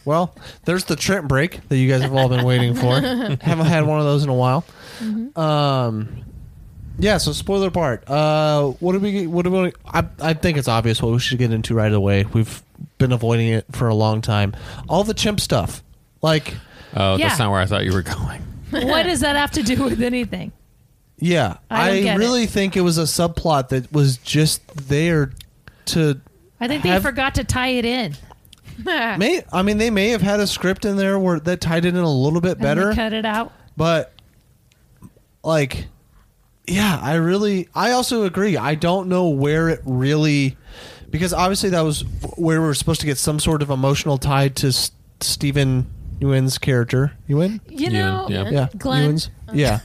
Well, there's the Trent break that you guys have all been waiting for. Haven't had one of those in a while.
Mm-hmm.
Um, yeah. So spoiler part. Uh, what do we? What do we? I I think it's obvious what we should get into right away. We've been avoiding it for a long time. All the chimp stuff, like.
Oh,
Yeah.
that's not where I thought you were going.
what does that have to do with anything?
Yeah,
I don't
I,
get it.
really think it was a subplot that was just there to.
I think they
Have-
forgot to tie it in. Ah.
May I mean they may have had a script in there where that tied it in a little bit
And they
better,
cut it out.
but like, yeah, I really, I also agree. I don't know where it really, because obviously that was where we were supposed to get some sort of emotional tie to S- Stephen Ewan's character. Ewan,
Yeah,
You know,
yeah.
yeah,
Glenn.
Ewan's, yeah.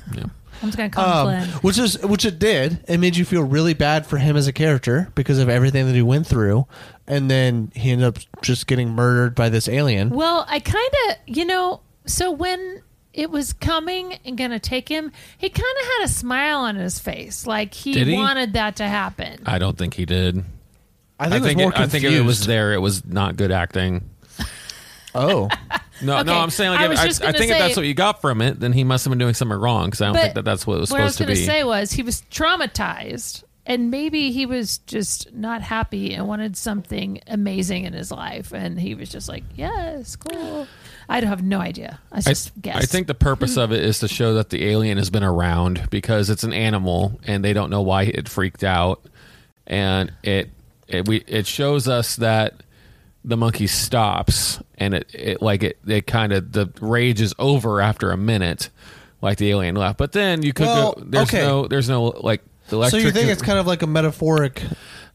I'm just gonna
Um,
call him Glenn.
which is which it did. It made you feel really bad for him as a character because of everything that he went through, and then he ended up just getting murdered by this alien.
Well, I kind of, you know, so when it was coming and going to take him, he kind of had a smile on his face, like he,
Did he?
wanted that to happen.
I don't think he did.
I
I
think,
think
it was more
I think if it was
confused.
there, it was not good acting.
Oh,
No, no,
Okay,
I'm saying like
I
if-
was
I,
just
I,
gonna
think if
say-
that's what you got from it, then he must have been doing something wrong because I don't think that that's what it was
what I was
supposed to
gonna
be.
say was he was traumatized, and maybe he was just not happy and wanted something amazing in his life, and he was just like, "Yes, cool." I don't have no idea. I
I,
just guess.
I think the purpose of it is to show that the alien has been around because it's an animal and they don't know why it freaked out, and it it we it shows us that the monkey stops and it, it like it it kind of the rage is over after a minute, like the alien left. But then you could
Well,
go, there's
okay.
no there's no like
so
electric.
you think it's kind of like a metaphoric?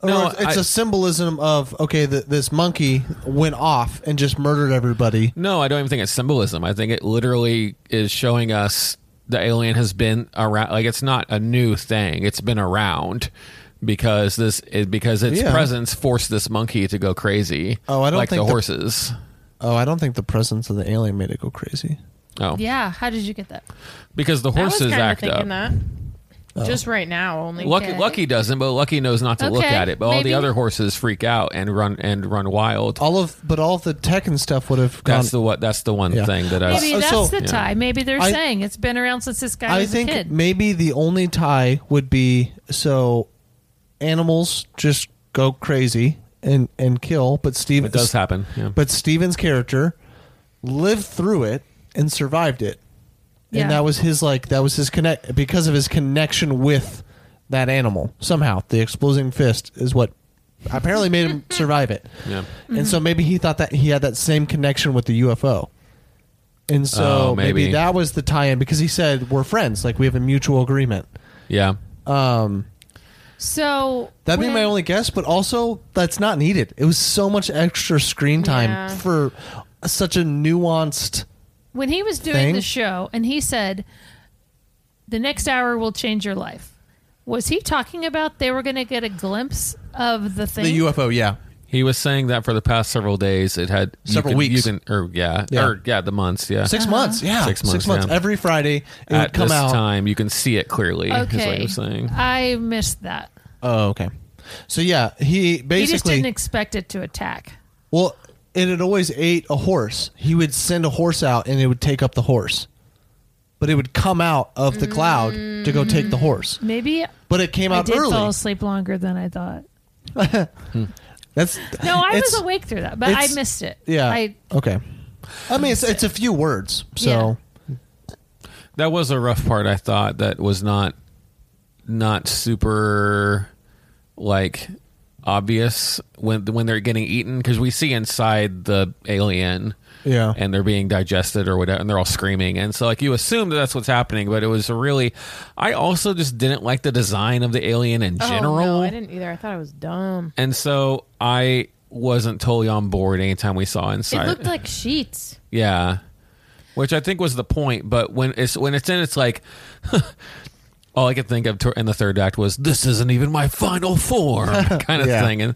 or
No,
it's- it's a
I-
symbolism of okay, th this monkey went off and just murdered everybody.
No, I don't even think it's symbolism. I think it literally is showing us the alien has been around. Like it's not a new thing; it's been around because this it, because its
Yeah.
presence forced this monkey to go crazy.
Oh, I don't
like
think
the
the-
horses.
Oh, I don't think the presence of the alien made it go crazy.
Oh,
yeah. How did you get that?
because the
I
horses
was kinda
act
thinking
up.
that.
Oh.
Just right now, only.
Lucky,
Okay.
Lucky doesn't, but Lucky knows not to look
Okay,
at it. But all
maybe.
the other horses freak out and run and run wild.
All of but all of the tech and stuff would have gone.
That's the what. That's the one
Yeah.
thing that I. was-
Maybe
Uh,
that's
so-
the
Yeah.
tie. Maybe they're
I-
saying it's been around since this guy
I
was
think
a kid.
maybe the only tie would be so animals just go crazy and and kill, but Steven
It does happen. Yeah.
But Steven's character lived through it and survived it,
Yeah.
and that was his like that was his connect because of his connection with that animal. Somehow, the exploding fist is what apparently made him survive it,
yeah.
Mm-hmm.
and so maybe he thought that he had that same connection with the UFO. And so
Oh,
maybe.
maybe.
that was the tie-in because he said we're friends, like we have a mutual agreement.
Yeah.
Um,
So
that'd be
when-
my only guess, but also that's not needed. It was so much extra screen time
Yeah.
for such a nuanced.
when he was doing
thing.
the show and he said the next hour will change your life was he talking about they were going to get a glimpse of the thing
UFO, yeah,
He was saying that for the past several days. It had you
Several
can-
weeks.
You can, or yeah,
Yeah.
or yeah, the months. Yeah,
Uh-huh.
6 months, yeah,
Six months, yeah.
Every Friday it would
At
come
this
out.
time, you can see it clearly. Is what he
okay
was saying.
i missed that
Oh, okay. So yeah, he
he just
basically
didn't expect it to attack
Well, it had always ate a horse. He would send a horse out, and it would take up the horse. But it would come out of the cloud to go take the horse.
Maybe
But it came
I
out
did
early.
fall asleep longer than I thought.
That's
No, I
it's-
was awake through that, but I
it's-
missed it.
Yeah.
I,
okay. I mean, it's it's a few words, so
That was a rough part. I thought that was not not super like obvious when when they're getting eaten because we see inside the alien
Yeah.
and they're being digested or whatever and they're all screaming and so like you assume that that's what's happening but it was really i also just didn't like the design of the alien in general
Oh, no, I didn't either. I thought it was dumb.
and so i wasn't totally on board anytime we saw inside
It looked like sheets.
yeah, which I think was the point. But when it's when it's in, it's like all I could think of to- in the third act was this isn't even my final form kind of
Yeah.
thing. And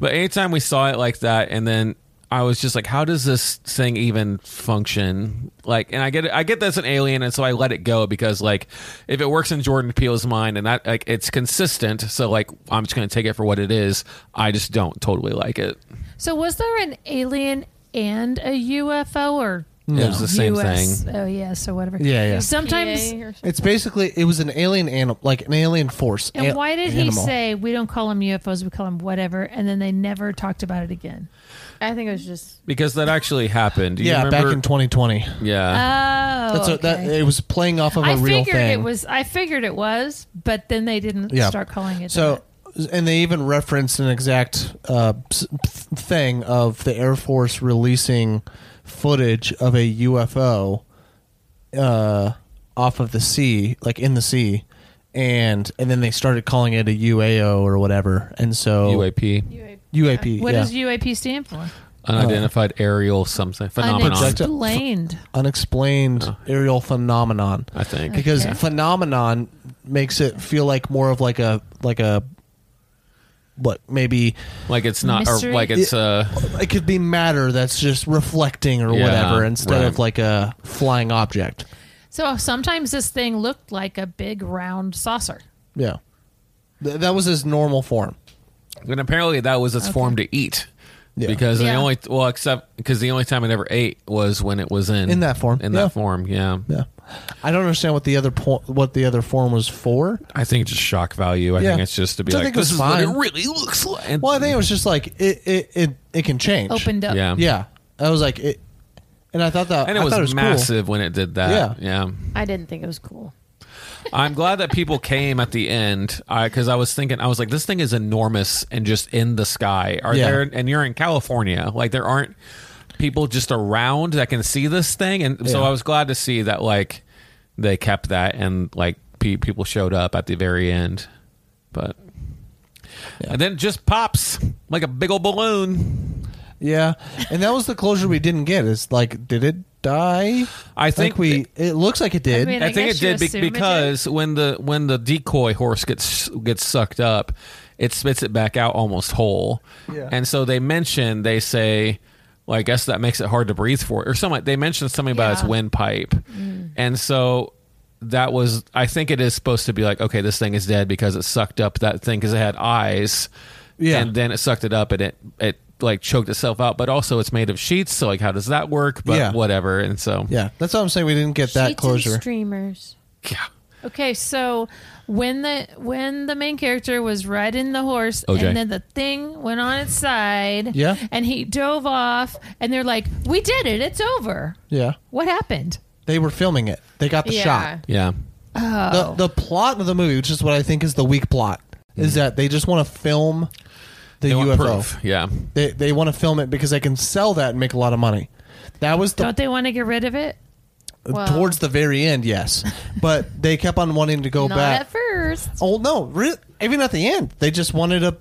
but anytime we saw it like that, and then I was just like, how does this thing even function? Like, and I get it, I get that's an alien, and so I let it go because like if it works in Jordan Peele's mind and that like it's consistent, so like I'm just gonna take it for what it is. I just don't totally like it.
so was there an alien and a UFO or
It was the same thing.
US? Oh yeah, so whatever.
Yeah, yeah.
Sometimes.
Yay or something.
it's basically it was an alien animal, like an alien force.
And
an-
why did he
animal.
say we don't call them UFOs, we call them whatever? And then they never talked about it again.
I think it was just.
Because that actually happened. Do you
Yeah,
remember-
back in 2020.
yeah.
Oh,
That's a, that it was playing off of a
I
real
figured
thing.
it was. I figured it was, but then they didn't
Yeah.
start calling it.
So,
that.
and they even referenced an exact uh, s- thing of the Air Force releasing footage of a UFO uh, off of the sea, like in the sea, and and then they started calling it a UAO or whatever, and
Uh,
so
UAP,
UAP,
what
yeah.
does UAP stand for?
unidentified aerial something phenomenon.
Unexpected-
Unexplained.
unexplained aerial phenomenon.
I think.
because
Okay.
phenomenon makes it feel like more of like a like a what maybe
Like it's not, or
Mystery?
like it's uh,
it could be matter that's just reflecting or
Yeah,
whatever instead of
right.
like a flying object.
So sometimes this thing looked like a big round saucer.
Yeah, Th- that was his normal form.
and apparently that was its form to eat.
Yeah.
Because the
Yeah.
only well, except because the only time it ever ate was when it was in
In that form,
In
yeah.
that form, yeah.
Yeah, I don't understand what the other po- what the other form was for.
I think just shock value. I
Yeah.
think it's just to be
I
like
think it
this
was
is what it
fine.
really looks like. And-
Well, I think it was just like it it it, it can change.
Opened up.
yeah,
Yeah, I was like it, and I thought that
and it
I
was,
thought it was cool.
massive when it did that.
Yeah.
yeah.
I didn't think it was cool.
I'm glad that people came at the end because I, was thinking I was like, this thing is enormous and just in the sky. Are
Yeah.
there? And you're in California, like there aren't people just around that can see this thing. And so
Yeah.
I was glad to see that like they kept that and like pe- people showed up at the very end. But and then it just pops like a big old balloon.
Yeah, and that was the closure we didn't get. Is like, did it die?
I think
Like we. It looks like it did.
I mean,
I think it
guess you
did
assume
be-
it
because when the when the decoy horse gets gets sucked up, it spits it back out almost whole.
Yeah.
And so they mention they say, well, I guess that makes it hard to breathe for it, or something. They mentioned something about its
Yeah. Mm.
windpipe, and so that was I think it is supposed to be like, okay, this thing is dead because it sucked up that thing because it had eyes.
Yeah.
And then it sucked it up and it it like choked itself out, but also it's made of sheets, so like how does that work? But
Yeah.
whatever. And so
yeah, that's what I'm saying. We didn't get that
Sheets
closure.
And streamers.
yeah.
Okay, so when the when the main character was riding the horse
OJ.
and then the thing went on its side
Yeah.
and he dove off and they're like, We did it, it's over.
Yeah,
What happened?
they were filming it. They got the
Yeah.
shot.
Yeah. Oh.
The the plot of the movie, which is what I think is the weak plot, is that they just want to film the
Mm-hmm. They want
UFO.
proof. Yeah.
They they want to film it because they can sell that and make a lot of money. That was the
Don't they want to get rid of it?
Well,
towards the very end, yes. But they kept on wanting to go
not
back.
at first.
Oh no! Re- even at the end, they just wanted a,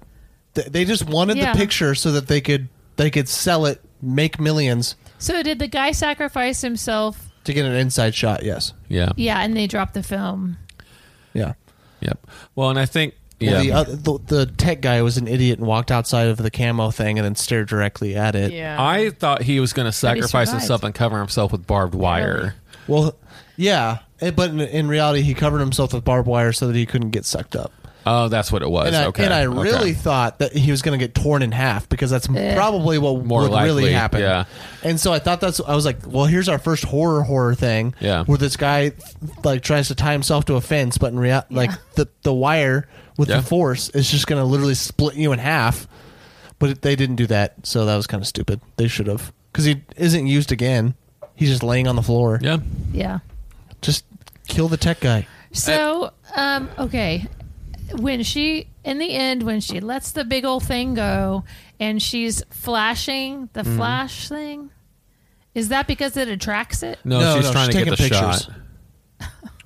th- they just wanted
Yeah.
the picture so that they could they could sell it, make millions
So did the guy sacrifice himself?
to get an inside shot. Yes.
Yeah.
Yeah, and they dropped the film.
Yeah.
Yep. Well, and I think yeah.
Well, the, oth- the the tech guy was an idiot and walked outside of the camo thing and then stared directly at it.
Yeah.
I thought he was going to
he
sacrifice
survived.
himself and cover himself with barbed wire.
Well, yeah, eh, but in, in reality, he covered himself with barbed wire so that he couldn't get sucked up.
Oh, that's what it was.
And I,
okay.
and I
Okay.
really thought that he was going to get torn in half because that's probably what
More
would really
likely,
happen.
yeah.
And so I thought that's I was like, well, here's our first horror horror thing.
Yeah.
Where this guy like tries to tie himself to a fence, but in reality, like the the wire with
Yeah.
the force is just going to literally split you in half. But they didn't do that, so that was kind of stupid. They should have because he isn't used again. He's just laying on the floor.
Yeah.
Yeah.
Just kill the tech guy.
So,
Uh,
um, okay. When she, in the end, when she lets the big old thing go and she's flashing the
Mm-hmm.
flash thing, is that because it attracts it?
No,
No,
she's
no,
trying
she's
to get the
taking
shot.
pictures.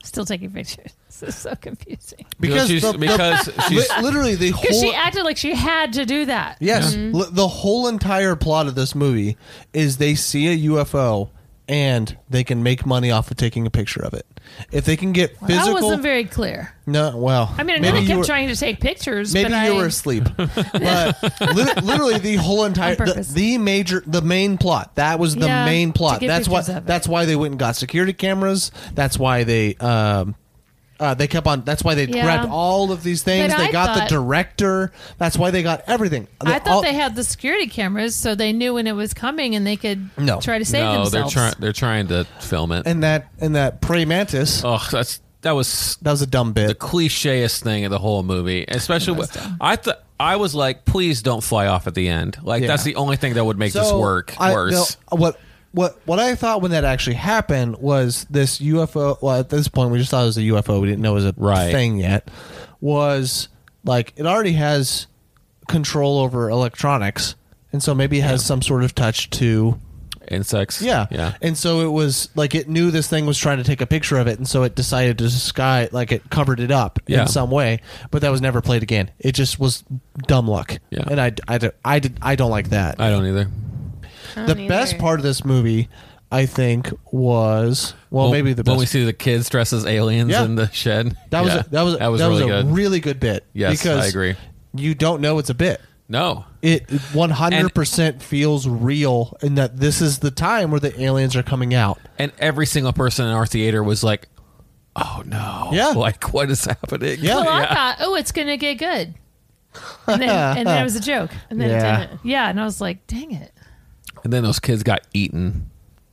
Still taking pictures. This is so confusing.
Because
she's,
the- the-
because she's
Li- literally the whole
Because she acted like she had to do that.
Yes, L- the whole entire plot of this movie is they see a UFO and they can make money off of taking a picture of it. If they can get physical,
That wasn't very clear.
no, well,
I mean, I know
maybe
they
you
kept
were-
trying to take pictures,
Maybe
but I,
you were asleep, but li- literally the whole entire the,
purpose.
the major the main plot that was the
Yeah,
main
to
plot.
get
That's why
pictures of it.
that's why they went and got security cameras. That's why they um uh, they kept on. That's why they
Yeah.
grabbed all of these things.
But
they
I
got
thought-
the director. That's why they got everything.
I
all-
thought they had the security cameras, so they knew when it was coming and they could
No.
try to save
no, they're
themselves.
trying they're trying to film it.
and that and that praying mantis.
Oh, that's that was
That was a dumb bit.
the clichéest thing of the whole movie. Especially with, I thought I was like, please don't fly off at the end. Like
Yeah.
that's the only thing that would make this
So,
work
I-
worse.
no, what what what I thought when that actually happened was this UFO. Well, at this point, we just thought it was a UFO. We didn't know it was a
Right.
thing yet. Was like it already has control over electronics, and so maybe it has some sort of touch to.
Insects.
Yeah.
Yeah.
And so it was like it knew this thing was trying to take a picture of it, and so it decided to disguise, like it covered it up
Yeah.
in some way. But that was never played again. It just was dumb luck.
Yeah.
And I, I, don't- I, did, I don't like that.
I don't either.
the
don't
best
either.
part of this movie, I think, was well,
When-
maybe the
when we
best.
see the kids dressed as aliens
Yeah.
in the shed.
that was
Yeah.
a, that was
that was
that
really
was a
good.
really good bit.
Yes, I
because
agree.
You don't know it's a bit.
no.
It 100% feels real, and that this is the time where the aliens are coming out.
And every single person in our theater was like, "Oh no!
Yeah.
like what is happening?
Yeah.
Well, I thought, oh, it's going to get good. And then, and then it was a joke. And then
Yeah.
it didn't. Yeah. And I was like, dang it.
And then those kids got eaten.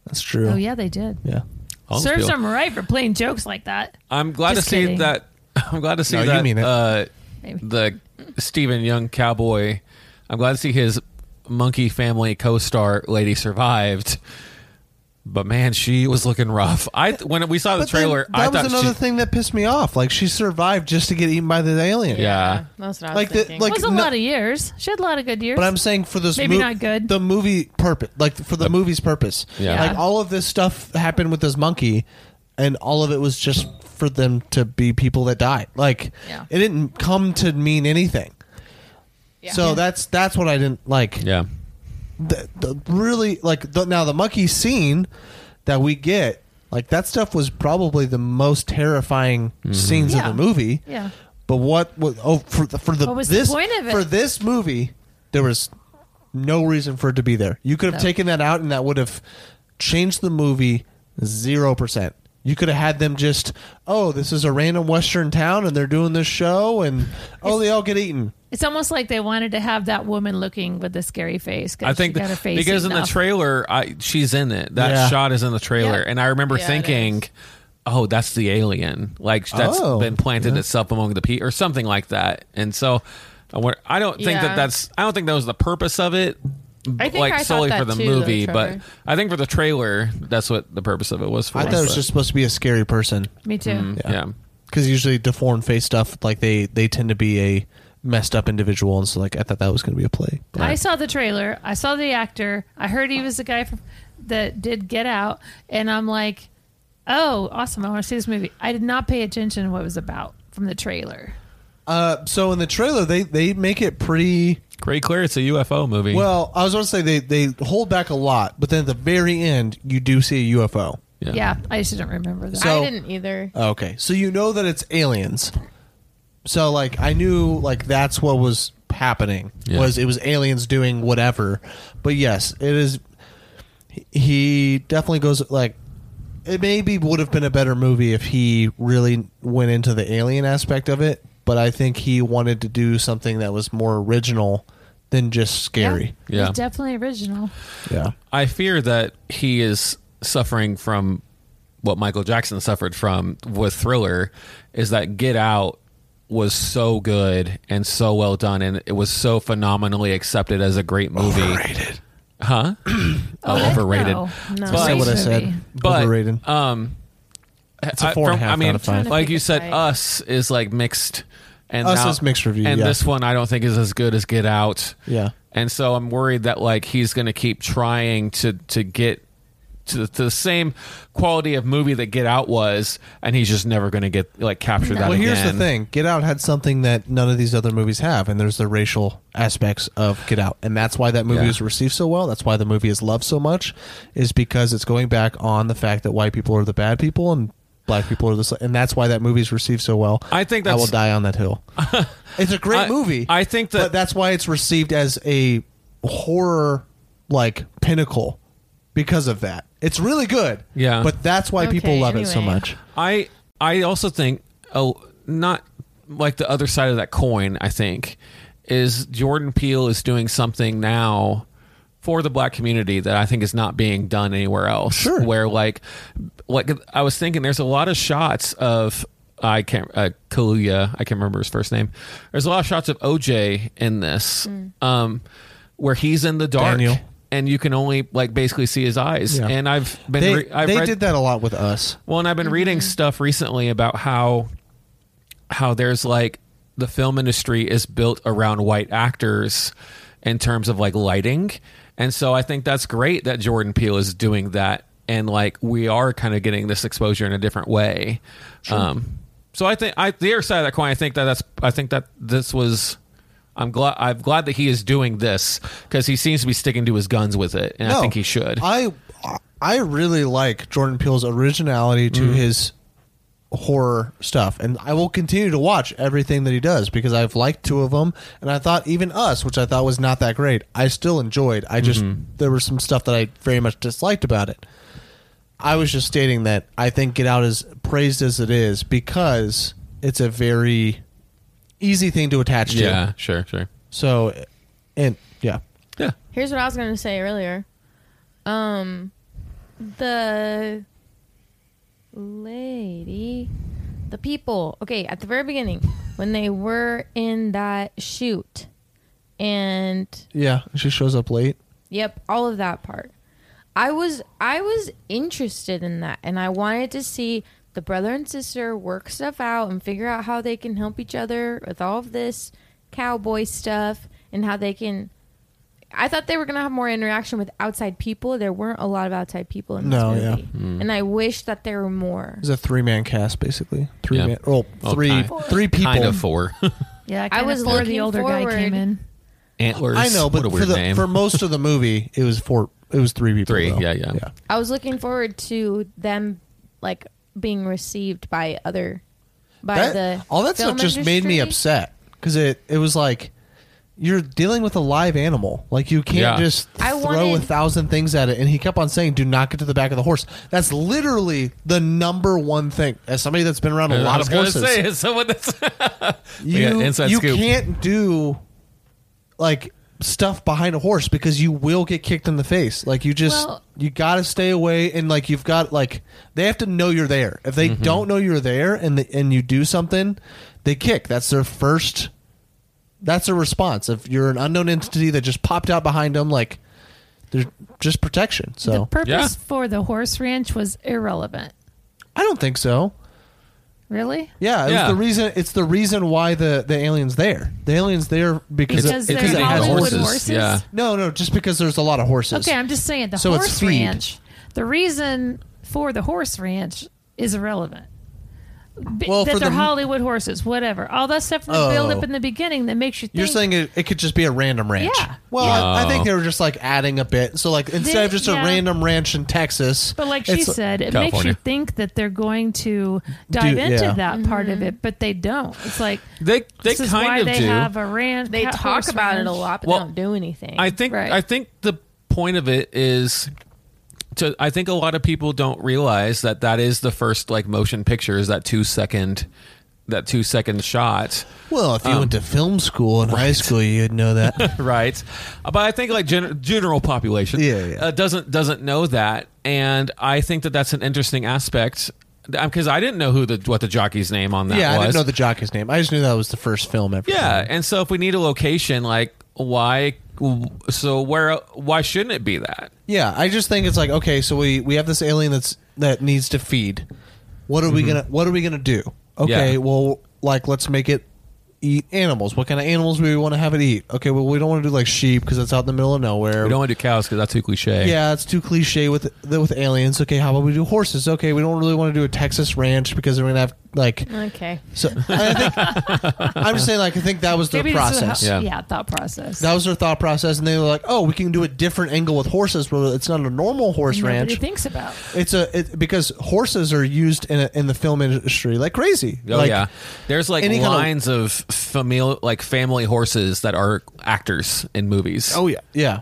That's true.
Oh, yeah, they did.
Yeah.
All those
Serves
people-
them right for playing jokes like that.
I'm glad
Just
to see
kidding.
that. I'm glad to see
No, you
that.
mean it.
Uh,
Maybe.
the Stephen Young cowboy. I'm glad to see his monkey family co-star lady survived. But man, she was looking rough. I when we saw the
then
trailer,
that
I
was
thought
another
she,
thing that pissed me off. Like she survived just to get eaten by the alien.
Yeah,
That's what I was
Like the-
thinking.
like-
It was a
no-
lot of years. She had a lot of good years.
But I'm saying for this
Maybe not good.
The movie purpose, like for the movie's purpose.
Yeah.
Like all of this stuff happened with this monkey, and all of it was just for them to be people that died. Like
Yeah.
it didn't come to mean anything.
Yeah.
So that's that's what I didn't like.
yeah,
The, the really like the, now the monkey scene that we get. Like that stuff was probably the most terrifying
Mm-hmm.
scenes
Yeah.
of the movie.
yeah.
But what was oh for the, for the
What was the
this
point of it?
for this movie there was no reason for it to be there. You could have
No.
taken that out and that would have changed the movie 0%. You could have had them just oh this is a random western town and they're doing this show and oh they all get eaten.
It's almost like they wanted to have that woman looking with the scary face. 'cause
I think
she got
that-
her face
because in
eaten
the
off.
trailer, I she's in it. That
Yeah.
shot is in the trailer,
Yeah.
and I remember
Yeah, it
thinking,
is.
"Oh, that's the alien. Like that's
Oh,
been planted
yeah.
itself among the people, or something like that." And so, I wonder- I don't think that
Yeah.
that's. I don't think that was the purpose of it.
I think
like
I thought
solely
that
for the
too, though,
movie, but
Trevor.
I think for the trailer, that's what the purpose of it was for.
I thought it was
But,
just supposed to be a scary person
Me too.
yeah.
cuz usually deformed face stuff like they they tend to be a messed up individual and so like I thought that was going to be a play.
I saw the trailer. I saw the actor. I heard he was the guy from, that did Get Out, and I'm like, oh, awesome! I want to see this movie. I did not pay attention to what it was about from the trailer.
Uh, so in the trailer they they make it pretty
Pretty clear, it's a UFO movie.
Well, I was going to say they, they hold back a lot, but then at the very end, you do see a UFO.
yeah.
Yeah, I just didn't remember that.
So-
I didn't either.
Okay. So you know that it's aliens. So, like, I knew, like, that's what was happening.
Yeah.
Was it was aliens doing whatever. But yes, it is. He definitely goes, like, it maybe would have been a better movie if he really went into the alien aspect of it, but I think he wanted to do something that was more original than just scary.
Yeah.
It's definitely original.
Yeah.
I fear that he is suffering from what Michael Jackson suffered from with Thriller is that Get Out was so good and so well done and it was so phenomenally accepted as a great movie. Overrated. Huh? oh, overrated.
No, no.
Is that what I said?
But
Overrated.
um it's
a four and a half out of five.
Trying
Like
to
you
pick a
said,
side.
Us is like mixed, and
Us is mixed review,
And
yeah.
this one, I don't think is as good as Get Out.
Yeah.
and so I'm worried that like he's going to keep trying to to get to, to the same quality of movie that Get Out was, and he's just never going to get like capture that.
well, here's the
again.
thing Get Out had something that none of these other movies have, and there's the racial aspects of Get Out. And that's why that movie
Yeah.
was received so well. That's why the movie is loved so much, is because it's going back on the fact that white people are the bad people and black people are the. sl- And that's why that movie's received so well.
I think
I will
that's-
die on that hill. it's a great
I-
movie.
I think that-
But that's why it's received as a horror, like, pinnacle because of that. It's really good.
Yeah.
But that's why people
Okay,
love it so
anyway.
much.
I I also think oh not like the other side of that coin I think is Jordan Peele is doing something now for the black community that I think is not being done anywhere else
Sure.
where like like I was thinking there's a lot of shots of I can't uh, Kaluuya I can't remember his first name there's a lot of shots of OJ in this um where he's in the dark
Daniel.
and you can only like basically see his eyes
Yeah.
and I've been
They,
re- I've
they
read,
did that a lot with us.
well, and I've been reading
Mm-hmm.
stuff recently about how how there's like the film industry is built around white actors in terms of like lighting. And so I think that's great that Jordan Peele is doing that and like we are kind of getting this exposure in a different way. Um so I think I the other side of that coin I think that that's I think that this was I'm glad I'm glad that he is doing this cuz he seems to be sticking to his guns with it and I think he should.
I I really like Jordan Peele's originality
Mm-hmm.
to his horror stuff, and I will continue to watch everything that he does because I've liked two of them, and I thought even Us, which I thought was not that great, I still enjoyed. I just
Mm-hmm.
there was some stuff that I very much disliked about it. I was just stating that I think Get Out is praised as it is because it's a very easy thing to attach to.
yeah, sure, sure.
So, and yeah,
Yeah.
Here's what I was going to say earlier. Um, the lady, the people. Okay, at the very beginning, when they were in that shoot, and
yeah, she shows up late.
yep, all of that part. I was I was interested in that, and I wanted to see the brother and sister work stuff out and figure out how they can help each other with all of this cowboy stuff and how they can. I thought they were gonna have more interaction with outside people. There weren't a lot of outside people in this
No, yeah.
movie, and I wish that there were more.
It's a three man cast basically. Three
Yeah.
man well,
Well,
three
kind-
three people.
Kind of four.
Yeah,
I
I,
was
was before
looking
the older
forward-
guy came in.
antlers.
I know,
what
but
a
for
weird
the
name.
for most of the movie it was four it was three people.
Three,
though.
yeah, yeah.
Yeah.
I was looking forward to them like being received by other by
That-
the
all that stuff
film
just made me
industry.
upset because it it was like you're dealing with a live animal. Like you can't
Yeah.
just
I
throw a
wanted-
thousand things at it. And he kept on saying, "Do not get to the back of the horse." That's literally the number one thing. As somebody that's been around a lot of horses,
someone that's
you,
Yeah, inside
you
scoop.
can't do like stuff behind a horse because you will get kicked in the face like you just
Well-
you gotta stay away and like you've got like they have to know you're there if
Mm-hmm.
they don't know you're there and the, and you do something they kick that's their first that's their response if you're an unknown entity that just popped out behind them like there's just protection
The
so
purpose
Yeah.
for the horse ranch was irrelevant.
i don't think so
Really?
yeah, it
Yeah.
was the reason it's the reason why the the aliens there the aliens there because
Because
it-
they're
because it has
Hollywood
horses,
horses.
yeah.
No, no, just because there's a lot of horses.
Okay, I'm just saying the
So it's
horse
feed.
ranch. The reason for the horse ranch is irrelevant. B-
Well,
that
for
they're
the-
Hollywood horses, whatever. All that stuff in the
Oh.
build up in the beginning that makes you think.
You're saying it, it could just be a random ranch.
Yeah.
Well, I, I think they were just like adding a bit. So like instead of just a
yeah.
random ranch in Texas,
But like she
it's-
said, it makes
California.
you think that they're going to dive
Do-
into
yeah.
that part
Mm-hmm.
of it, but they don't. It's like
they they
this is
kind
why
of
they
do.
have a ranch.
They
ha-
talk
horse
about it a
ranch.
lot, but
Well,
they don't do anything.
I think
Right.
I think the point of it is to I think a lot of people don't realize that that is the first like motion picture is that 2 second that two second shot.
Well, if you
Um,
went to film school in high school, you'd know that.
right? Uh, But I think like gen- general population,
Yeah, yeah.
Uh, doesn't doesn't know that, and I think that that's an interesting aspect because I didn't know who the what the jockey's name on that
yeah,
was.
I didn't know the jockey's name. I just knew that was the first film ever.
yeah,
made.
and so if we need a location, like why? So where? Why shouldn't it be that?
yeah. I just think it's like okay, so we we have this alien that's that needs to feed. What are we gonna What are we gonna do? Okay,
Mm-hmm. Yeah.
well, like let's make it eat animals. What kind of animals do we want to have it eat? Okay, well, we don't want to do like sheep because that's out in the middle of nowhere.
We don't want to do cows because that's too cliche.
Yeah, it's too cliche with the, with aliens. Okay, how about we do horses? Okay, we don't really want to do a Texas ranch because they're gonna have like.
Okay.
So I think I'm just saying, like I think that was their
Maybe this is
process.
how-
Yeah.
yeah. thought process.
That was their thought process, and they were like, "Oh, we can do a different angle with horses. Where it's not a normal horse
Nobody
ranch.
thinks about.
It's a it, because horses are used in a, in the film industry like crazy.
Oh
like,
yeah, there's like
any kind of-
lines of famil- like family horses that are actors in movies.
Oh yeah, yeah.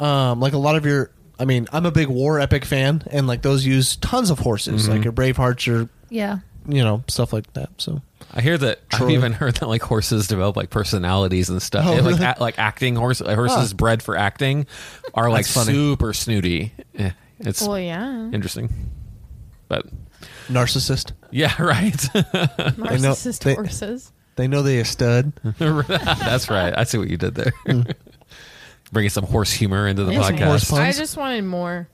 Um, like a lot of your, I mean, I'm a big war epic fan, and like those use tons of horses,
Mm-hmm.
like your Bravehearts, your
Yeah.
you know stuff like that. So
I hear that.
Troy.
I've even heard that like horses develop like personalities and stuff.
Oh,
Yeah, like
really?
act- like acting horse like, horses
Huh.
bred for acting are like
That's funny.
super snooty. Eh, It's
Well, yeah.
interesting, but
narcissist.
yeah, right.
know-
Narcissist
they-
horses.
They know they a stud.
That's right. I see what you did there. Bringing some horse humor into the
Yes,
podcast.
Hmm. horse pun-
I
puns?
just wanted more.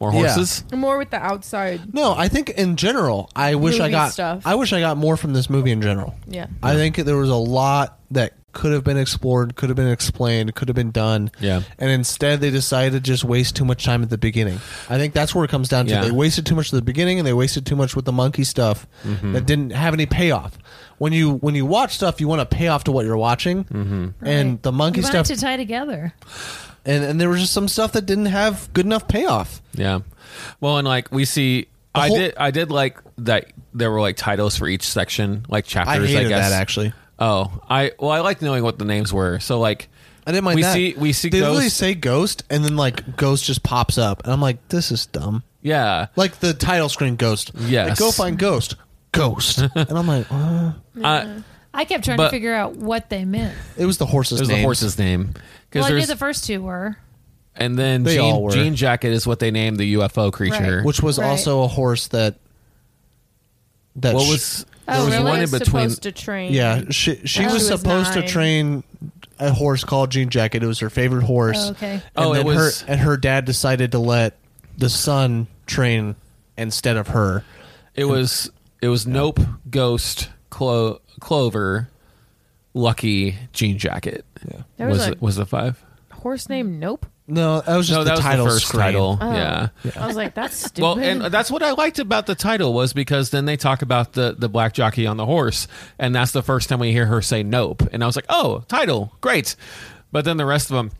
More
Yeah.
horses.
More with the outside.
No, I think in general, I wish I
Movie
got
stuff.
I wish I got more from this movie in general.
Yeah.
I think there was a lot that could have been explored, could have been explained, could have been done.
Yeah.
And instead, they decided to just waste too much time at the beginning. I think that's where it comes down to.
Yeah.
They wasted too much at the beginning, and they wasted too much with the monkey stuff
Mm-hmm.
that didn't have any payoff. When you when you watch stuff, you want a payoff to what you're watching, mm-hmm. and
Right.
the monkey
You want
stuff,
it to tie together.
and and there was just some stuff that didn't have good enough payoff.
Yeah. Well, and like we see, I
whole-
did, I did like that. There were like titles for each section, like
I
chapters. I,
hated
guess
that actually.
Oh, I well, I liked knowing what the names were. So like,
I didn't mind
we
that.
see we see
they literally
ghosts.
say ghost, and then like ghost just pops up, and I'm like, this is dumb.
yeah.
Like the title screen ghost.
Yes.
Like, go find ghost. Ghost. and I'm like, uh,
Uh,
I kept trying
But-
to figure out what they meant.
it was the horse's
it was
name.
the horse's name. 'Cause
Well, I knew
there's-
the first two were.
and then
They all
Jean,
were.
Jean Jacket is what they named the UFO creature.
Right.
which was
Right.
also a horse that that
what
sh-
was
Oh,
there was
really?
one in
It's
between.
supposed to train.
yeah she she
Well,
was
she was
supposed to
nine.
train a horse called Jean Jacket. It was her favorite horse.
Oh, okay.
Oh,
and
it
then
was-
her and her dad decided to let the son train instead of her.
It was it was Nope, Ghost, Clo- Clover, Lucky, Jean Jacket. Yeah,
There
was
was
was,
a-
it, was the five?
Horse name? Nope.
No, that was just
No,
the
that was
title
the first
screen.
title.
Oh.
Yeah.
I was like, that's stupid.
Well, and uh, that's what I liked about the title was because then they talk about the the black jockey on the horse, and that's the first time we hear her say nope, and I was like, oh, title, great. But then the rest of them,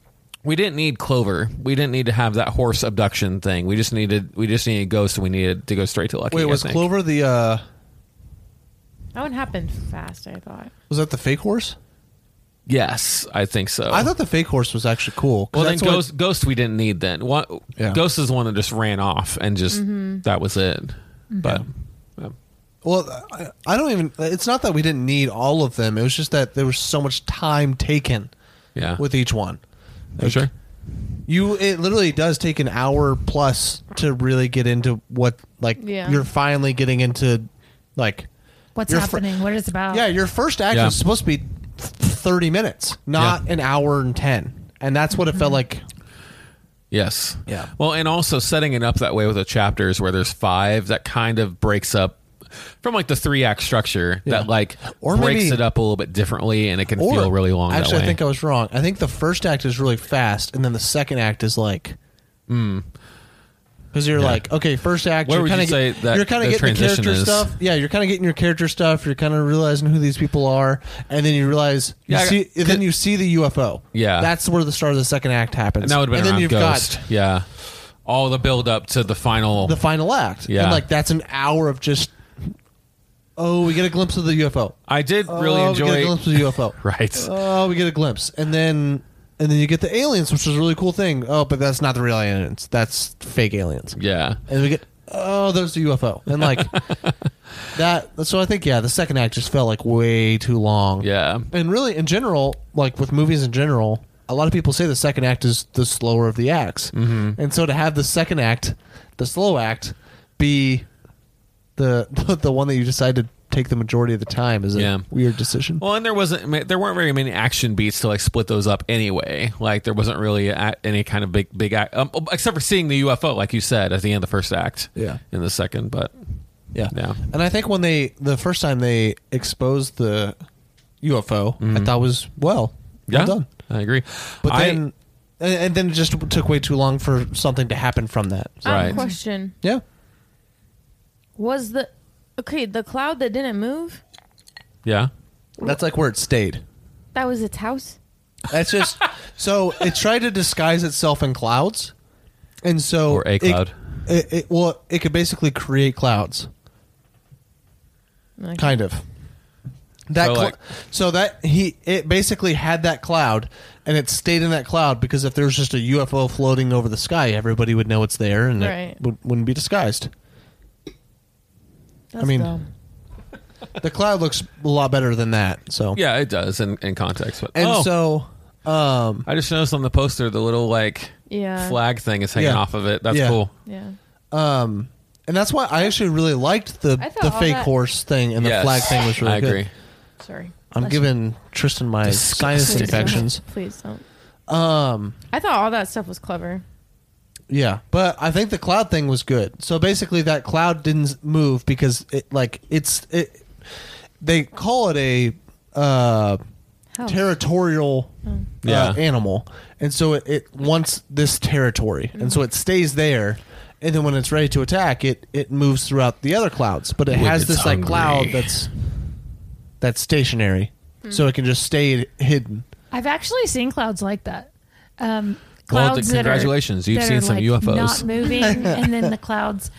we didn't need Clover, we didn't need to have that horse abduction thing. We just needed we just needed Ghost, and we needed to go straight to Lucky.
Wait,
I
was
think.
Clover the uh
that one happened fast, I thought.
was that the fake horse?
Yes, I think so.
I thought the fake horse was actually cool. 'cause
Oh. Well, then
that's what-
Ghost Ghost we didn't need then. One,
Yeah.
Ghost is the one that just ran off and just that was it.
Mm-hmm.
But yeah.
Well, I, I don't even. It's not that we didn't need all of them. It was just that there was so much time taken
yeah.
with each one.
Oh, sure.
You, it literally does take an hour plus to really get into what, like,
Yeah.
you're finally getting into, like,
What's
Your fr-
happening? what it's about?
yeah, your first act
Yeah.
is supposed to be thirty minutes, not
Yeah.
an hour and ten, and that's what it felt like.
Yes.
Yeah.
Well, and also setting it up that way with the chapters where there's five that kind of breaks up from like the three act structure that like
Or
breaks
maybe-
it up a little bit differently and it can feel really long.
Actually,
that way.
I think I was wrong. I think the first act is really fast, and then the second act is like, because you're like, okay, first act,
Where
you're
would
kind
you
of
say that
you're kind of
the
getting the
transition
character
is?
stuff. Yeah, you're kind of getting your character stuff. You're kind of realizing who these people are, and then you realize you
Yeah, I-
see, and then you see the UFO.
Yeah.
that's where the start of the second act happens.
and that would have
and
been
then
around
you've
Ghost.
got
yeah. All the build up to the final.
the final act.
Yeah.
and like that's an hour of just. Oh, we get a glimpse of the UFO.
I did really
oh, We get a
enjoy.
glimpse of the UFO.
Right.
Oh, we get a glimpse, and then and then you get the aliens, which is a really cool thing. Oh, but that's not the real aliens; that's fake aliens.
yeah.
And we get oh, there's the UFO, and like that so I think yeah, the second act just felt like way too long.
Yeah.
And really in general, like with movies in general, a lot of people say the second act is the slower of the acts. Mm-hmm. And so to have the second act, the slow act, be the the one that you decide to take the majority of the time is a
Yeah.
weird decision.
Well, and there wasn't ma- there weren't very many action beats to like split those up anyway. Like there wasn't really a, any kind of big big act, um, except for seeing the UFO, like you said at the end of the first act.
Yeah.
in the second, but
Yeah.
Yeah.
And I think when they the first time they exposed the UFO, I thought was well,
Mm-hmm. yeah,
well done.
I agree.
But
I-
then and, and then it just took way too long for something to happen from that. So-
I have
Right.
a question.
yeah.
Was the okay the cloud that didn't move?
yeah,
That's like where it stayed.
That was its house.
That's just so it tried to disguise itself in clouds, and so
Or a
it-
cloud.
It, it- well, it could basically create clouds,
Like,
kind of. That
So,
cl-
like-
so that he it basically had that cloud, and it stayed in that cloud because if there was just a UFO floating over the sky, everybody would know it's there, and
Right.
it would, wouldn't be disguised.
that's
I mean,
dumb.
The cloud looks a lot better than that. So
yeah, it does in, in context. But
and
oh,
so um,
I just noticed on the poster the little like
Yeah.
flag thing is hanging
Yeah.
off of it. That's
Yeah.
cool.
yeah.
Um, and that's why I actually really liked the
I thought
the
all
fake
that-
horse thing and the
Yes.
flag thing was really
I agree.
good.
Sorry.
I'm
Bless you.
giving Tristan my sinus
Please don't.
infections.
Please don't.
Um,
I thought all that stuff was clever.
yeah, but I think the cloud thing was good. So basically, that cloud didn't move because it like it's it. They call it a uh,
House.
territorial uh,
Hmm. Yeah.
animal, and so it, it wants this territory, and so it stays there. And then when it's ready to attack, it it moves throughout the other clouds, but it
When
has
it's
this like cloud
hungry.
that's that's stationary, so it can just stay hidden.
I've actually seen clouds like that. Um,
Well,
clouds
th-
that are-
congratulations, you've
that
seen
are,
some
like,
UFOs.
not moving, and then the clouds.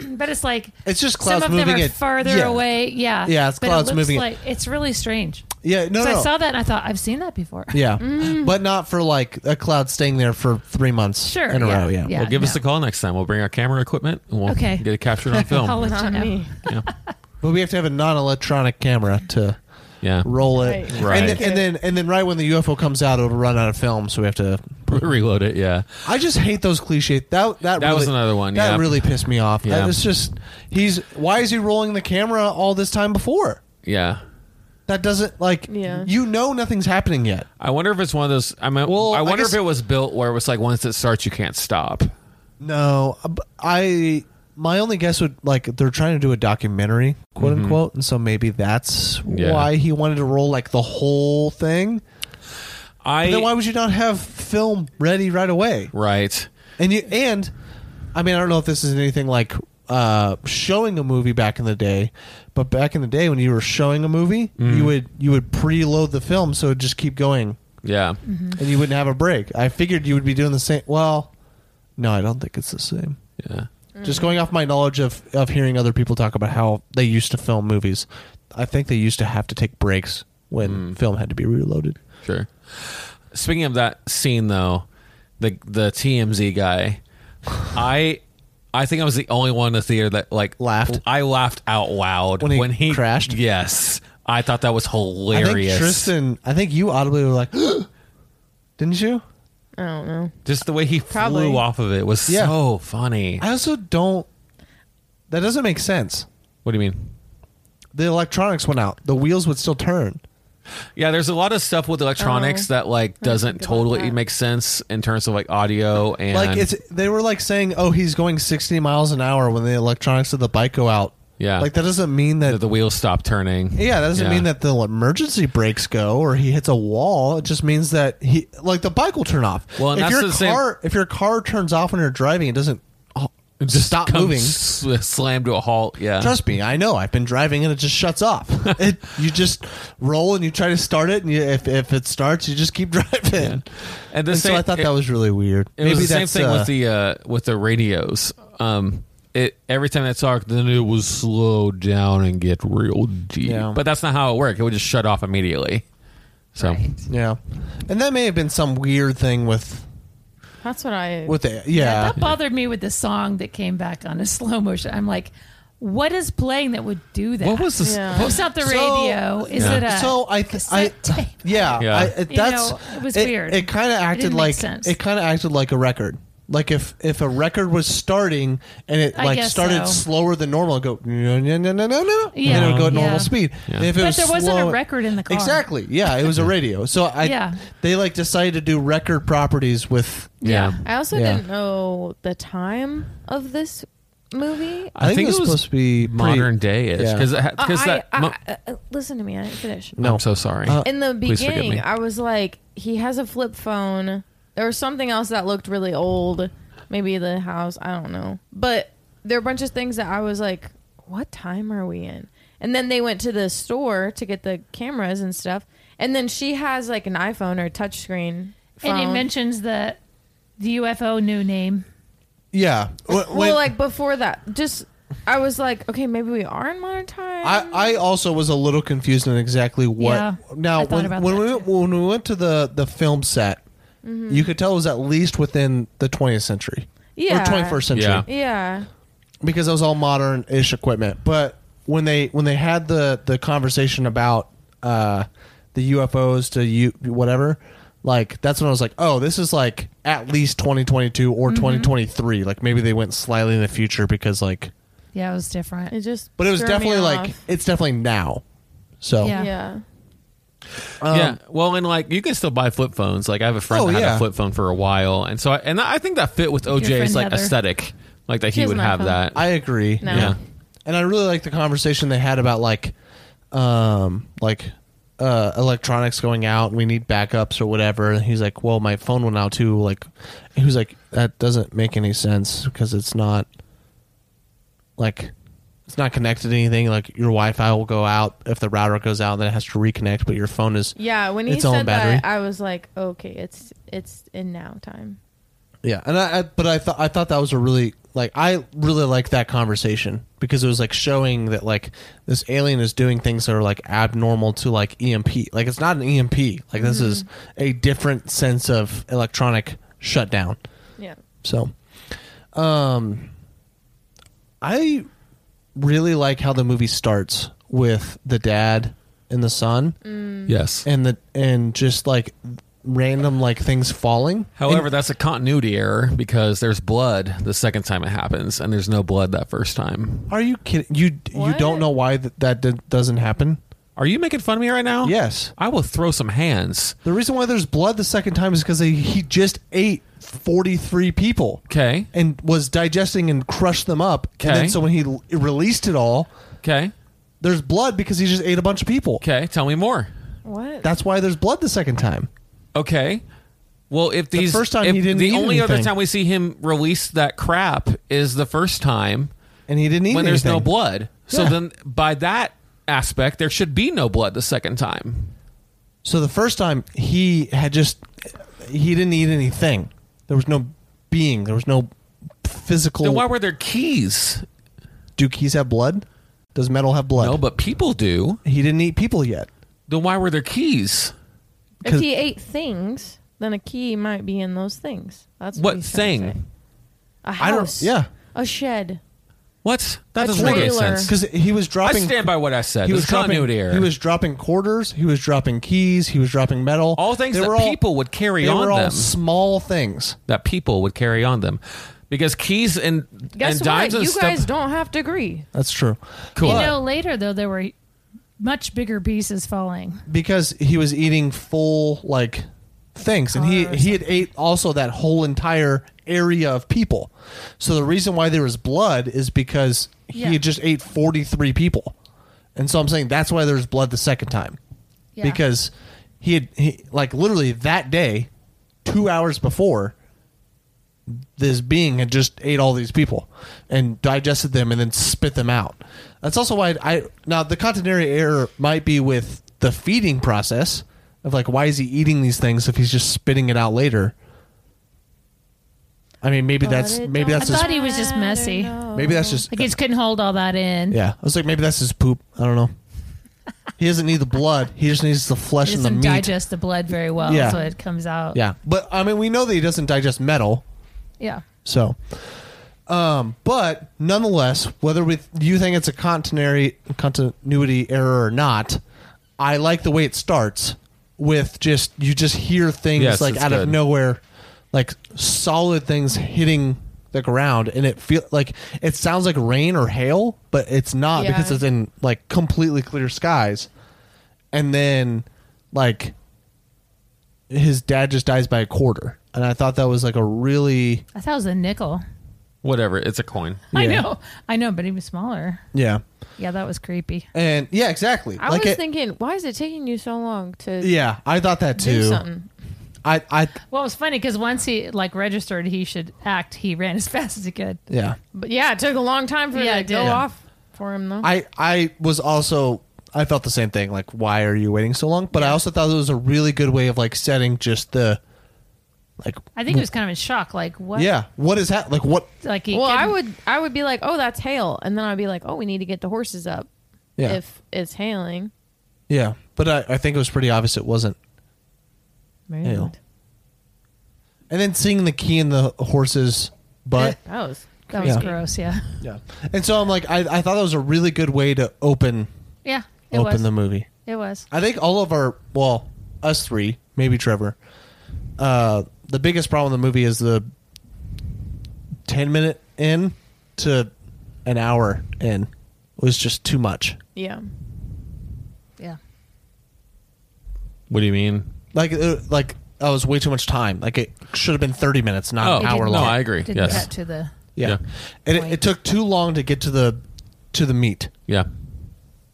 but it's like
It's just clouds
some of
moving
them are
it
farther
yeah.
away. Yeah,
Yeah, it's
but
clouds
it looks
moving it.
Like it's really strange.
Yeah, no,
'Cause
no,
I saw that and I thought I've seen that before.
yeah,
Mm.
but not for like a cloud staying there for three months
Sure,
in a
yeah,
row. Yeah,
yeah.
Well, give us
no.
a call next time. We'll bring our camera equipment and we'll
Okay.
get it captured on film.
I'll let you
Not
know.
me.
yeah.
but we have to have a non-electronic camera to
yeah.
roll it,
Right.
Right.
And, then, and then and then right when the UFO comes out, it'll run out of film, so we have to.
Reload it. Yeah.
I just hate those cliche. That that,
That
really,
was another one,
that
yeah.
really pissed me off.
Yeah.
That It's just he's why is he rolling the camera all this time before?
Yeah.
That doesn't like
Yeah.
you know nothing's happening yet.
I wonder if it's one of those. I mean,
Well,
I
I
wonder
guess-
if it was built where it was like once it starts, you can't stop.
No, uh, I my only guess would like they're trying to do a documentary, quote unquote, and so maybe that's
Yeah.
why he wanted to roll like the whole thing.
I
Then why would you not have film ready right away?
right.
And you and I mean I don't know if this is anything like uh, showing a movie back in the day, but back in the day when you were showing a movie, you would you would preload the film so it would just keep going
Yeah.
and you wouldn't have a break. I figured you would be doing the same. Well, no, I don't think it's the same.
Yeah.
Just going off my knowledge of of hearing other people talk about how they used to film movies, I think they used to have to take breaks
Hmm.
when film had to be reloaded.
Sure. Speaking of that scene though, the the TMZ guy, I I think I was the only one in the theater that like
Laughed?
I laughed out loud
When he crashed?
Yes. I thought that was
I
hilarious.
think Tristan, I think you audibly were like, didn't you?
I don't know.
Just the way he
Probably.
flew off of it was
Yeah.
so funny.
I also don't. That doesn't make sense.
What do you mean?
The electronics went out. The wheels would still turn.
Yeah, there's a lot of stuff with electronics
Oh.
that like doesn't
think about
totally
that.
make sense in terms of like audio and
Like it's they were like saying, "Oh, he's going 60 miles an hour" when the electronics of the bike go out.
Yeah.
Like that doesn't mean that.
that the wheels stop turning.
yeah, that doesn't mean that the emergency brakes go or he hits a wall. It just means that he like the bike will turn off.
Well, and
if
that's
your
the same-
car if your car turns off when you're driving, it doesn't oh,
Just
stop
come
moving.
s- slam to a halt. Yeah.
Trust me, I know. I've been driving and it just shuts off. it, you just roll and you try to start it, and you, if, if it starts, you just keep driving.
and the
And
same,
so I thought
it-
that was really weird.
it was the same
that's,
thing
uh,
with the uh, with the radios. Um, it every time I talked, then it was slow down and get real deep.
Yeah.
But that's not how it worked. It would just shut off immediately. So
yeah, and that may have been some weird thing with
That's what I.
with the
Yeah,
yeah.
that bothered me with the song that came back on a slow motion. I'm like, what is playing that would do that?
What was this?
Yeah.
what-
It's not the
So-
radio. is
Yeah.
it a?
so I, th- I,
cassette tape?
yeah,
Yeah.
I, it,
You
that's
know, it was weird.
It kind of acted
didn't make
like
sense.
it kind of acted like a record. Like if if a record was starting and it
I
like
guess
started
so.
slower than normal, it'd go no no no no no no,
Yeah.
and it would go at
Yeah.
normal speed.
Yeah.
And If it
But
was
there wasn't
slow-
a record in the car.
Exactly. Yeah, it was a radio. So I
Yeah.
they like decided to do record properties with.
yeah.
I also
Yeah.
didn't know the time of this movie.
I, think, it was supposed to be pretty-
modern day ish
yeah.
because because
I,
that.
I,
mo-
I- uh, listen to me. I didn't finish.
I'm so sorry.
Uh,
In the
Please forgive me.
beginning, I was like, he has a flip phone. There was something else that looked really old. Maybe the house. I don't know. But there are a bunch of things that I was like, what time are we in? And then they went to the store to get the cameras and stuff. And then she has like an iPhone or a touchscreen.
and he
phone.
mentions the the UFO new name.
Yeah. Wh-
Well,
when-
like before that, just I was like, okay, maybe we are in modern time.
I, I also was a little confused on exactly what.
Yeah,
now,
I thought
when,
about
when
that
we
too. Mm-hmm.
when we went to the the film set, you could tell it was at least within the 20th century
Yeah.
or 21st century
Yeah.
yeah,
because it was all modern ish equipment. But when they when they had the the conversation about uh, the UFOs to you whatever, like that's when I was like, oh, this is like at least 2022
Mm-hmm.
or 2023. Like maybe they went slightly in the future because like,
Yeah, it was different.
it just.
but it was
threw me
definitely
off.
like it's definitely now. So
Yeah.
yeah.
yeah. Well, and like you can still buy flip phones. Like I have a friend
um, Oh,
that had
yeah.
a flip phone for a while, and so I, and I think that fit with OJ's
friend
like
Heather.
aesthetic, like that he
Here's
would
my
have
phone.
that.
I agree.
No.
yeah.
And I really like the conversation they had about like um like uh electronics going out and we need backups or whatever. And he's like, "Well, my phone went out too." Like he was like, "That doesn't make any sense because it's not like it's not connected to anything. Like your Wi-Fi will go out if the router goes out, then it has to reconnect, but your phone is
Yeah, when he
Its own
said
battery.
that, I was like, okay, it's it's in now time.
Yeah, and I, I but I thought I thought that was a really like I really liked that conversation because it was like showing that like this alien is doing things that are like abnormal to like EMP. Like it's not an EMP. Like this is a different sense of electronic shutdown.
Yeah,
So, um, I really like how the movie starts with the dad and the son
Mm.
Yes.
and the and just like random like things falling.
However, that's a continuity error because there's blood the second time it happens, and there's no blood that first time.
Are you kidding? You you
What?
don't know why that that d- doesn't happen?
Are you making fun of me right now?
Yes.
I will throw some hands.
The reason why there's blood the second time is because he just ate 43 people
Okay.
and was digesting and crushed them up. And then
Okay.
so when he l- released it all,
Okay.
there's blood because he just ate a bunch of people.
Okay. Tell me more.
what?
That's why there's blood the second time.
Okay. Well, if these
first time
if
he didn't
the
eat
only other
anything.
time we see him release that crap is the first time
And he didn't eat
when there's no
anything.
blood. So
Yeah.
then, by that aspect, there should be no blood the second time.
So the first time he had just he didn't eat anything. There was no being. There was no physical.
Then why were there keys?
Do keys have blood? Does metal have blood?
No, but people do.
he didn't eat people yet.
Then why were there keys?
if he ate things, then a key might be in those things. That's what,
What
he's trying to say.
thing?
A
I don't-
house.
yeah.
a shed.
What? That
A
doesn't make any
trailer.
sense.
Because he was
I
dropping.
stand by what I said.
he
This
was
is continuity
dropping.
error.
He was dropping quarters. He was dropping keys. He was dropping metal.
all things
They
that
were all-
people would carry
They
on
were all
them.
small things.
that people would carry on them, because keys and
Guess
and dimes
what?
and
You
stuff.
guys don't have to agree.
That's true.
cool.
You know, later though there were much bigger pieces falling.
Because he was eating full like things, and he he had ate also that whole entire area of people. So the reason why there was blood is because
Yeah.
he had just ate forty three people, and so I'm saying that's why there's blood the second time.
Yeah.
because he had he, like literally that day, two hours before, this being had just ate all these people and digested them and then spit them out. That's also why I now the continuity error might be with the feeding process of like why is he eating these things if he's just spitting it out later. I mean, maybe that's
But it
maybe
don't
that's his,
thought he was just messy.
matter,
maybe
no.
that's just
Like he just couldn't hold all that in.
yeah. I was like, maybe that's his poop. I don't know. He doesn't need the blood. He just needs the flesh
It
and the
doesn't
meat.
digest the blood very well,
Yeah.
so it comes out.
Yeah, but I mean, we know that he doesn't digest metal,
Yeah.
so Um, but nonetheless, whether we you think it's a continuity continuity error or not, I like the way it starts with just you just hear things
Yes,
like
it's
out of
good.
nowhere, like solid things hitting the ground, and it feel like it sounds like rain or hail, but it's not
Yeah.
because it's in like completely clear skies, and then like his dad just dies by a quarter, and I thought that was like a really
I thought it was a nickel.
Whatever. It's a coin.
I
Yeah.
know, I know, but even smaller.
yeah.
Yeah, that was creepy.
And yeah, exactly.
I
like
was
it,
thinking, why is it taking you so long to
yeah, I thought that
do
too.
something?
I, I,
Well, it was funny because once he like registered, he should act. He ran as fast as he could.
yeah,
But yeah, it took a long time for
Yeah,
it
it
to go
did.
off for him though.
I, I was also, I felt the same thing. Like, why are you waiting so long? But I also thought it was a really good way of like setting just the, like,
I think he was kind of in shock. Like what?
yeah, what is that? Like, what?
Like he.
well, I
couldn't-
would I would be like, oh, that's hail, and then I'd be like, oh, we need to get the horses up
Yeah,
if it's hailing.
yeah. But I, I think it was pretty obvious it wasn't hail.
That
And then seeing the key in the horse's butt.
was
That was
Yeah.
gross. Yeah.
yeah. And so I'm like, I, I thought that was a really good way to open,
Yeah. It
open
was.
the movie.
it was.
I think all of our well, us three, maybe Trevor. Uh, the biggest problem in the movie is the ten minute in to an hour in was just too much.
yeah.
Yeah.
What do you mean?
Like uh, like that was way too much time. Like it should have been thirty minutes, not an
Oh,
hour
no,
long.
I agree.
Didn't
Yes.
cut to the.
yeah,
Yeah.
and it, it took too long to get to the to the meat.
Yeah.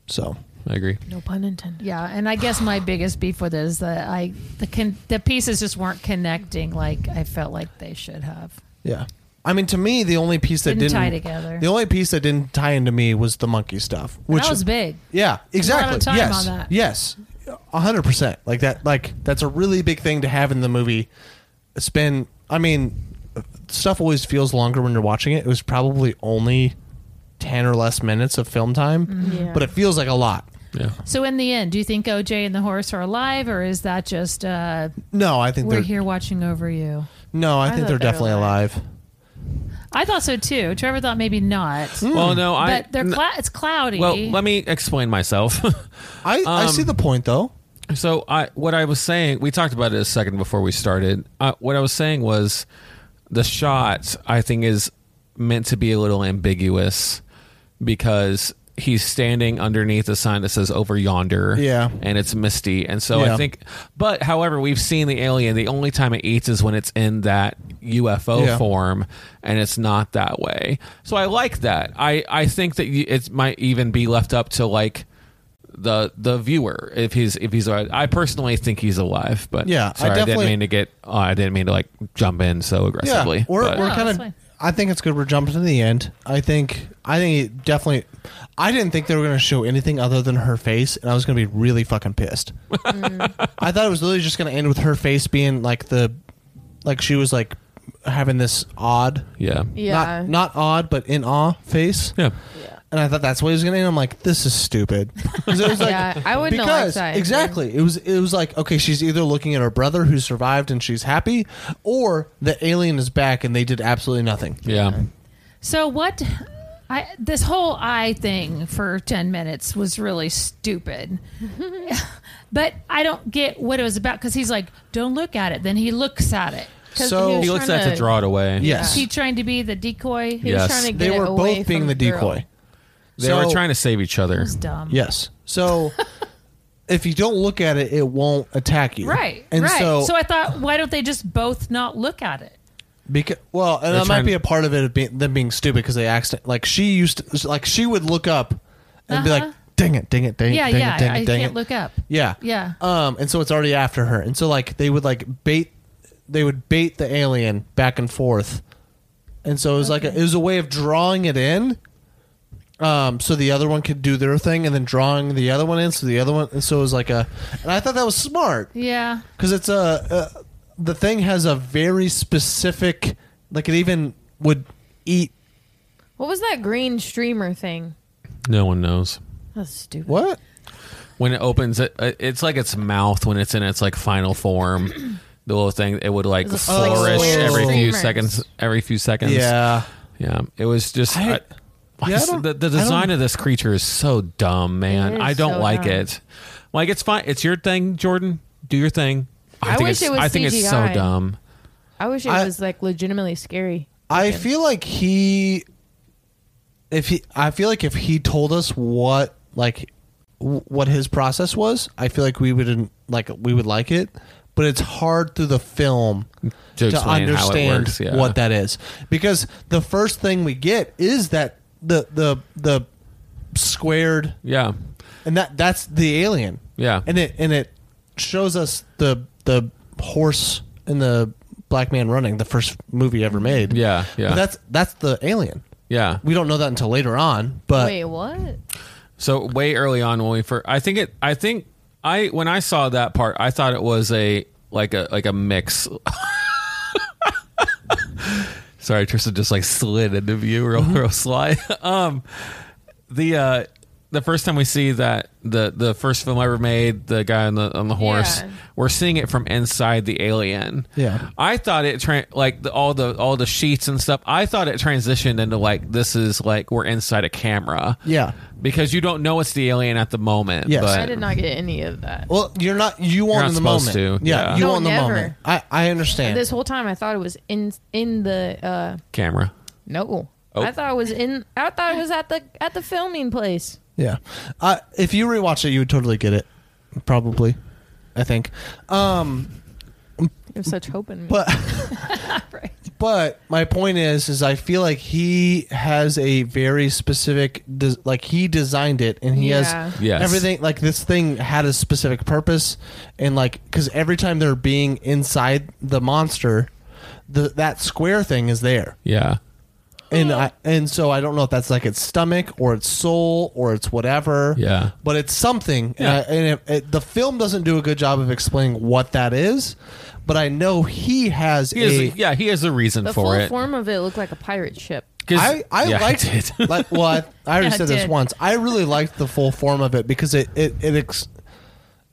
So
I agree.
No pun intended.
Yeah, and I guess my biggest beef with it is that I the con- the pieces just weren't connecting like I felt like they should have.
yeah. I mean, to me, the only piece that
Didn't
didn't,
tie together.
The only piece that didn't tie into me was the monkey stuff, which
that was big.
Yeah, exactly.
time
yes,
on that.
yes, a hundred percent. Like that. Like that's a really big thing to have in the movie. It's been. I mean, stuff always feels longer when you're watching it. It was probably only ten or less minutes of film time,
Mm-hmm. Yeah.
but it feels like a lot.
Yeah.
So in the end, do you think OJ and the horse are alive, or is that just uh,
No, I think
we're
they're
here watching over you?
no. I, think
thought
they're
they were
definitely
alive.
alive.
I thought so too. Trevor thought maybe not,
Hmm.
Well, no, Hmm, I.
but they're cla- it's cloudy.
well, let me explain myself.
I I see the point though.
So I what I was saying, we talked about it a second before we started. Uh, what I was saying was the shot I think is meant to be a little ambiguous because he's standing underneath a sign that says over yonder
Yeah.
and it's misty and so
Yeah.
i think but however we've seen the alien the only time it eats is when it's in that ufo
Yeah.
form and it's not that way so i like that i i think that you, it might even be left up to like the the viewer if he's if he's alive. I personally think he's alive, but
Yeah, I
sorry, I, didn't
definitely-
mean to get uh, I didn't mean to like jump in so
Yeah,
aggressively.
we're,
but-
we're
No,
kind
that's
of.
fine.
I think it's good. We're jumping to the end. I think. I think it definitely. I didn't think they were going to show anything other than her face, and I was going to be really fucking pissed.
Mm.
I thought it was literally just going to end with her face being like the, like she was like having this odd,
yeah,
Yeah.
not not odd, but in awe face.
yeah,
And I thought that's what he was going to end. I'm like, this is stupid. 'Cause it was like-
Yeah, I wouldn't have liked
because
that ending.
exactly it was it was like okay, she's either looking at her brother who survived and she's happy, or the alien is back and they did absolutely nothing.
yeah.
So what? I this whole eye thing for ten minutes was really stupid, but I don't get what it was about because he's like, "Don't look at it." Then he looks at it.
'Cause
So-
was
He looks at
trying
to draw it away.
Yes,
He trying to be the decoy.
He
Yeah.
was
Yes.
trying to get
they
it
were
away
both
from
being the
girl.
decoy.
They
So-
were trying to save each other.
It's dumb.
Yes. So if you don't look at it, it won't attack you.
Right.
And
right.
so,
So, I thought, why don't they just both not look at it?
because well, and that might
trying-
be a part of it of being, them being stupid because they accident like she used to, like she would look up and be
Uh-huh.
like, "Dang it! Dang it! Dang
Yeah,
it! Dang
yeah.
it! Dang
I
it! Dang
can't
it!"
look up.
Yeah.
Yeah.
Um, and so it's already after her. And so like they would like bait they would bait the alien back and forth. And so it was like a, it was a way of drawing it in. Um, so the other one could do their thing and then drawing the other one in so the other one and so it was like a and I thought that was smart
Yeah.
cuz it's a, a the thing has a very specific like it even would eat
What was that green streamer thing?
No one knows.
That's stupid.
what?
When it opens, it, it- it's like its mouth when it's in its like final form. The little thing it would like
It's a-
flourish
like
every few
streamers.
seconds. Every few seconds.
Yeah.
Yeah, it was just
I-
I- I
Yeah, I
just-
don't-
the, the
I don't-
design of this creature is so dumb, man.
It is
I don't
so
like
dumb.
it. Like it's fine. It's your thing, Jordan. Do your thing.
I
think
wish
it's,
it was
I think it's so
CGI.
dumb.
I wish it
I-
was like legitimately scary.
I feel like he, if he, I feel like if he told us what like w- what his process was, I feel like we wouldn't like we would like it. But it's hard through the film
To
to,
explain how it
understand
works, yeah.
what that is because the first thing we get is that the the the squared
Yeah,
and that that's the alien.
Yeah.
and it and it shows us the the horse and the black man running, the first movie ever made.
Yeah, yeah.
But that's that's the alien.
yeah.
We don't know that until later on, but
Wait, what?
So way early on when we first, I think it. I think I when I saw that part, I thought it was a like a like a mix. Sorry, Tristan just like slid into view real real sly. Um, the uh, the first time we see that the the first film ever made, the guy on the on the horse,
Yeah.
we're seeing it from inside the alien.
Yeah.
I thought it tra- like the, all the all the sheets and stuff. I thought it transitioned into like this is like we're inside a camera
yeah.
because you don't know it's the alien at the moment.
Yes.
but
I did not get any of that.
Well, you're not you want
not
in the
supposed
moment.
to,
Yeah,
yeah.
you
No,
want in the
never.
moment. I I understand.
This whole time I thought it was in in the uh
camera.
no.
Oh.
I thought it was in I thought it was at the at the filming place.
yeah. Uh, if you rewatch it, you would totally get it. Probably, I think. Um,
There's such hope in me.
But but my point is is I feel like he has a very specific des- like he designed it and he
Yeah.
has
Yes.
everything like this thing had a specific purpose and like cuz every time they're being inside the monster the, that square thing is there
Yeah.
and I, and so I don't know if that's like its stomach or its soul or it's whatever.
Yeah.
But it's something,
Yeah.
and, I, and it, it, the film doesn't do a good job of explaining what that is. But I know he has
He
a.
has, yeah, he has a reason
the full
for it.
form of it looked like a pirate ship.
'Cause-
I I
yeah,
liked
he did.
like, well, I, I already
Yeah, it
said this
did.
once. I really liked the full form of it because it it it ex,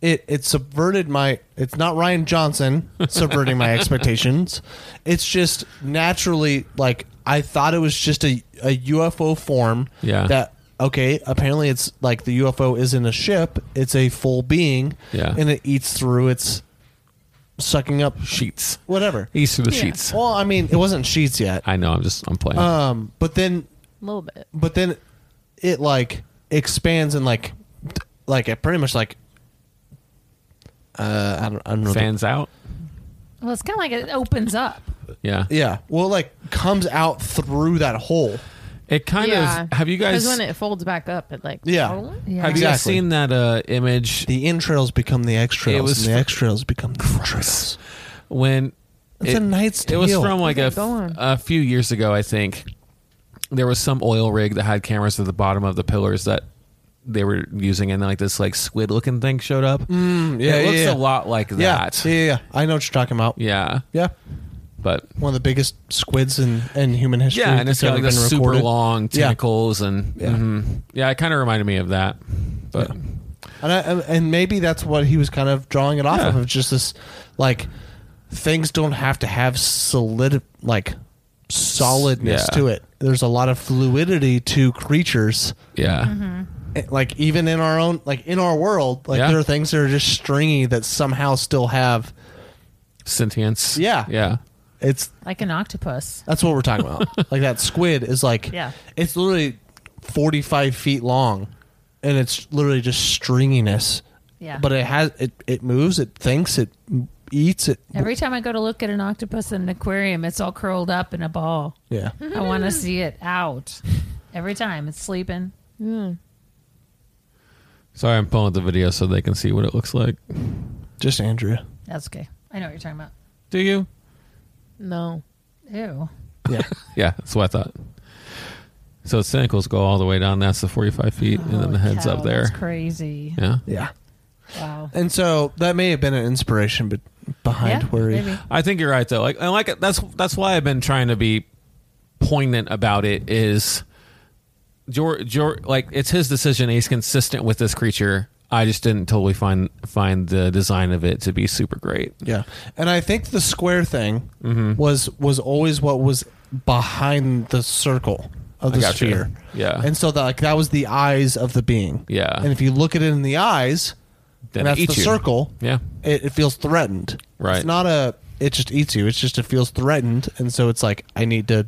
it, it subverted my. It's not Ryan Johnson subverting my expectations. It's just naturally like I thought it was just a a UFO form.
Yeah.
That okay. Apparently, it's like the UFO is in a ship. It's a full being.
Yeah.
And it eats through its sucking up
sheets.
whatever.
He's through the
Yeah.
sheets.
Well, I mean, it wasn't sheets yet.
I know. I'm just. I'm playing.
Um, but then
A little bit.
but then it like expands and like like it pretty much like uh I don't I don't know the-
Fans out.
Well, it's kind of like it opens up.
Yeah.
yeah well like comes out through that hole
It kind
yeah.
of. Have you guys?
Because when it folds back up, it like
Yeah.
oh,
Yeah.
have you guys
Exactly.
seen that uh, image
the entrails become the extrails
It was
and the
fr-
extrails become the entrails
when?
It's a Knight's
It was
Tale.
from like a,
Keep going.
a few years ago, I think. There was some oil rig that had cameras at the bottom of the pillars that they were using, and like this like squid looking thing showed up.
yeah,
it looks
yeah, yeah.
a lot like
yeah.
that.
yeah yeah yeah. I know what you're talking about
yeah.
yeah
But
one of the biggest squids in in human history
Yeah, and it's
that's
got
ever
like the
been
super
recorded.
long
Yeah.
tentacles and mm-hmm. yeah, yeah it kind of reminded me of that. But
And I, and maybe that's what he was kind of drawing it off
Yeah.
of, just this like things don't have to have solid like solidness
Yeah.
to it. There's a lot of fluidity to creatures.
yeah,
Eh, Like even in our own like in our world, like
Yeah.
there are things that are just stringy that somehow still have
sentience.
Yeah.
yeah,
it's
Like an octopus.
that's what we're talking about. like that squid is like
Yeah.
it's literally 45 feet long and it's literally just stringiness.
Yeah.
uh,
But it has it it moves, it thinks, it eats, it
Every time I go to look at an octopus in an aquarium, it's all curled up in a ball.
yeah.
I want to see it out. Every time it's sleeping.
Sorry, I'm pulling up the video so they can see what it looks like.
Just Andrea.
That's okay. I know what you're talking about.
Do you?
no.
Ew.
Yeah.
Yeah, that's what I thought. So its tentacles go all the way down. That's the 45 feet, and then the
Holy
head's
Oh, cow,
up there.
That's crazy.
yeah,
yeah.
Wow.
And so that may have been an inspiration but behind
Yeah,
where he
maybe.
I think you're right though. Like, and like that's that's why I've been trying to be poignant about it. Is George, like it's his decision. He's consistent with this creature. I just didn't totally find find the design of it to be super great. Mm-hmm.
Yeah. And I think the square thing was was always what was behind the circle of the
gotcha.
sphere.
Yeah.
And so that like that was the eyes of the being.
Yeah.
And if you look at it in the eyes, and
Then it
that's
eats
the
you.
circle.
Yeah.
It, it feels threatened.
Right.
It's not a it just eats you. It's just it feels threatened and so it's like I need to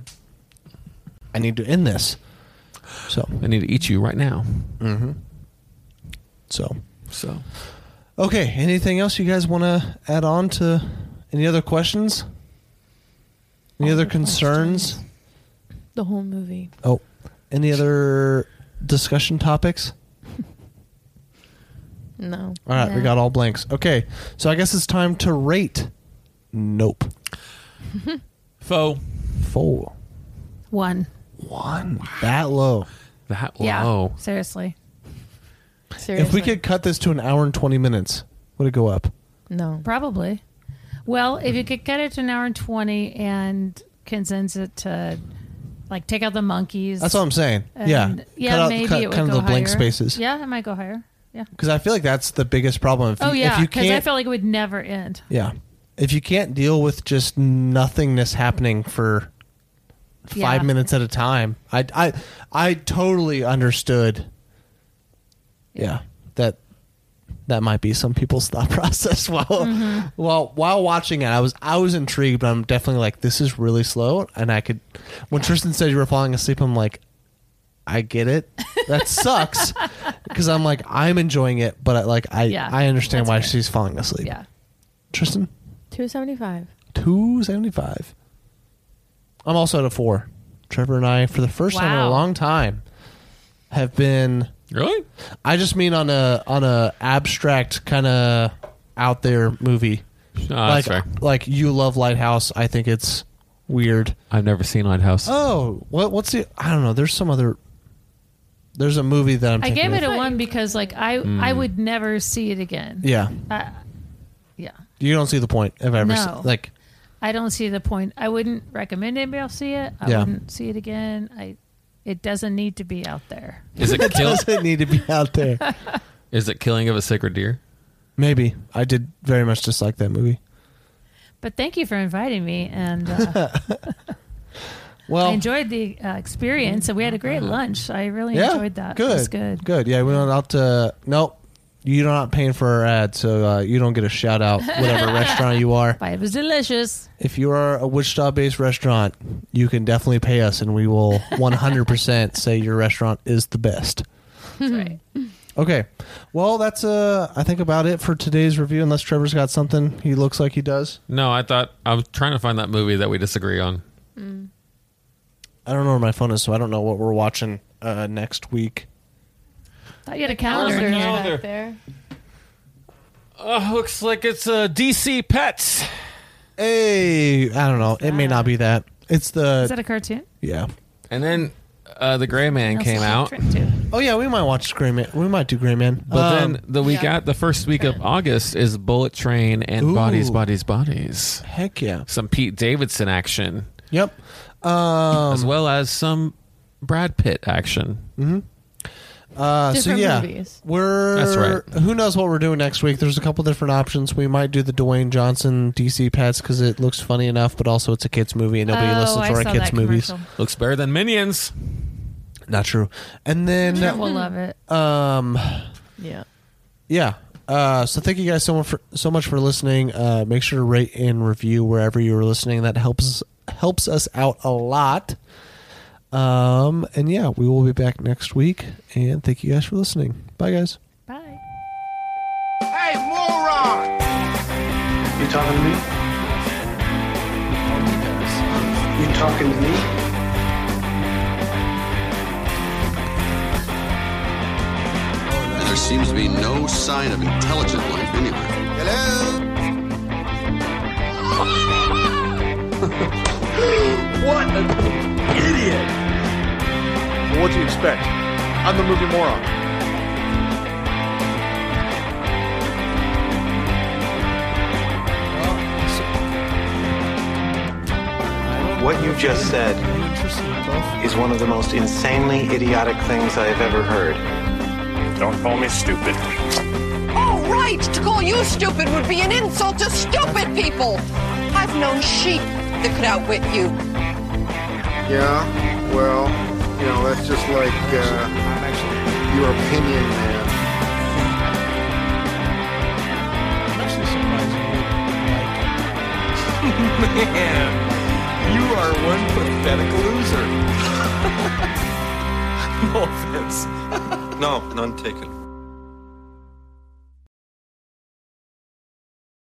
I need to end this. So
I need to eat you right now.
so
So
okay, anything else you guys want to add on to any other questions? Any other concerns?
The whole movie.
Oh, any other discussion topics?
No.
All right, we
Yeah.
got all blanks. Okay, so I guess it's time to rate. Nope.
faux.
Four.
One.
One. That low.
That
Yeah.
low.
Seriously.
Seriously.
If we could cut this to an hour and 20 minutes, would it go up?
No.
Probably. Well, if you could cut it to an hour and 20 and condense it to like take out the monkeys.
That's what I'm saying.
and-
yeah.
Yeah,
cut out,
maybe
cut
it would
kind
go
of the
higher.
blank spaces.
Yeah, it might go higher. Yeah.
Because I feel like that's the biggest problem. If
Oh,
you,
yeah.
If you
Because I
can't,
felt like it would never end.
yeah. If you can't deal with just nothingness happening for five
Yeah.
minutes at a time, I, I, I totally understood. Yeah. that that might be some people's thought process while
Mm-hmm.
while while watching it. I was I was intrigued, but I'm definitely like this is really slow, and I could. When Tristan said you were falling asleep, I'm like, I get it. That sucks because I'm like I'm enjoying it, but I, like I
Yeah,
I understand
that's
why
fair.
she's falling asleep.
Yeah.
Tristan,
275.
two seventy five. I'm also at a four. Trevor and I, for the first time in a
Wow.
long time, have been.
Really?
I just mean on a on a abstract kind of out there movie.
No,
like
Ah, that's fair.
like you love Lighthouse. I think it's weird.
I've never seen Lighthouse.
Oh, what what's the? I don't know. There's some other. There's a movie that I'm.
I gave
thinking
it
of.
a one because like I I would never see it again.
Mm. Yeah,
I, yeah.
you don't see the point of ever
No.
se- like
I don't see the point. I wouldn't recommend anybody else see it. I
Yeah.
wouldn't see it again. I it doesn't need to be out there.
Is it kill?
doesn't need to be out there.
is it killing of a sacred deer?
Maybe I did very much dislike that movie.
But thank you for inviting me, and uh,
Well,
I enjoyed the uh, experience. And we had a great lunch. I really
Uh-huh. yeah,
enjoyed that.
Good,
It was good.
good. Yeah, we went out to. Nope, you're not paying for our ad, so uh, you don't get a shout out. Whatever restaurant you are,
But it was delicious.
if you are a Wichita based restaurant, you can definitely pay us and we will 100% say your restaurant is the best.
That's right.
Okay. Well, that's uh I think about it for today's review unless Trevor's got something he looks like he does.
No, I thought I was trying to find that movie that we disagree on.
I don't know where my phone is, so I don't know what we're watching uh next week.
Thought you had a calendar. in here.
Calendar.
there.
Oh, looks like it's uh, DC Pets.
Hey, I don't know. It may not be that. It's the
Is that a cartoon?
yeah.
And then uh, the Gray Man came out.
Oh yeah, we might watch Gray Man. We might do Gray Man.
But
Um,
then the week
Yeah.
out, the first week of August is Bullet Train and
Ooh.
Bodies, Bodies, Bodies.
heck yeah.
Some Pete Davidson action,
Yep. Um
as well as some Brad Pitt action.
Uh, so
Different
yeah,
movies.
we're
That's
Who knows what we're doing next week? There's a couple different options. We might do the Dwayne Johnson DC Pets because it looks funny enough, but also it's a kids movie and nobody
oh,
listens to
I
our
saw
kids
that
movies.
commercial.
Looks better than Minions.
Not true. And uh, then
Trent will love it.
um
Yeah.
yeah. Uh, so thank you guys so much for so much for listening. Uh, make sure to rate and review wherever you are listening. That helps helps us out a lot. Um, and yeah, we will be back next week. And thank you guys for listening. Bye, guys.
Bye.
You talking to me? You talking to me?
and there seems to be no sign of intelligent life anywhere.
Well, what do you expect? I'm the movie moron.
What you just said is one of the most insanely idiotic things I have ever heard.
Don't call me stupid.
Oh, right! To call you stupid would be an insult to stupid people! I've known sheep that could outwit you.
Yeah, well, you know, that's just like uh, your opinion, man.
I'm actually surprised you like Man, you are one pathetic loser. no offense.
No, none taken.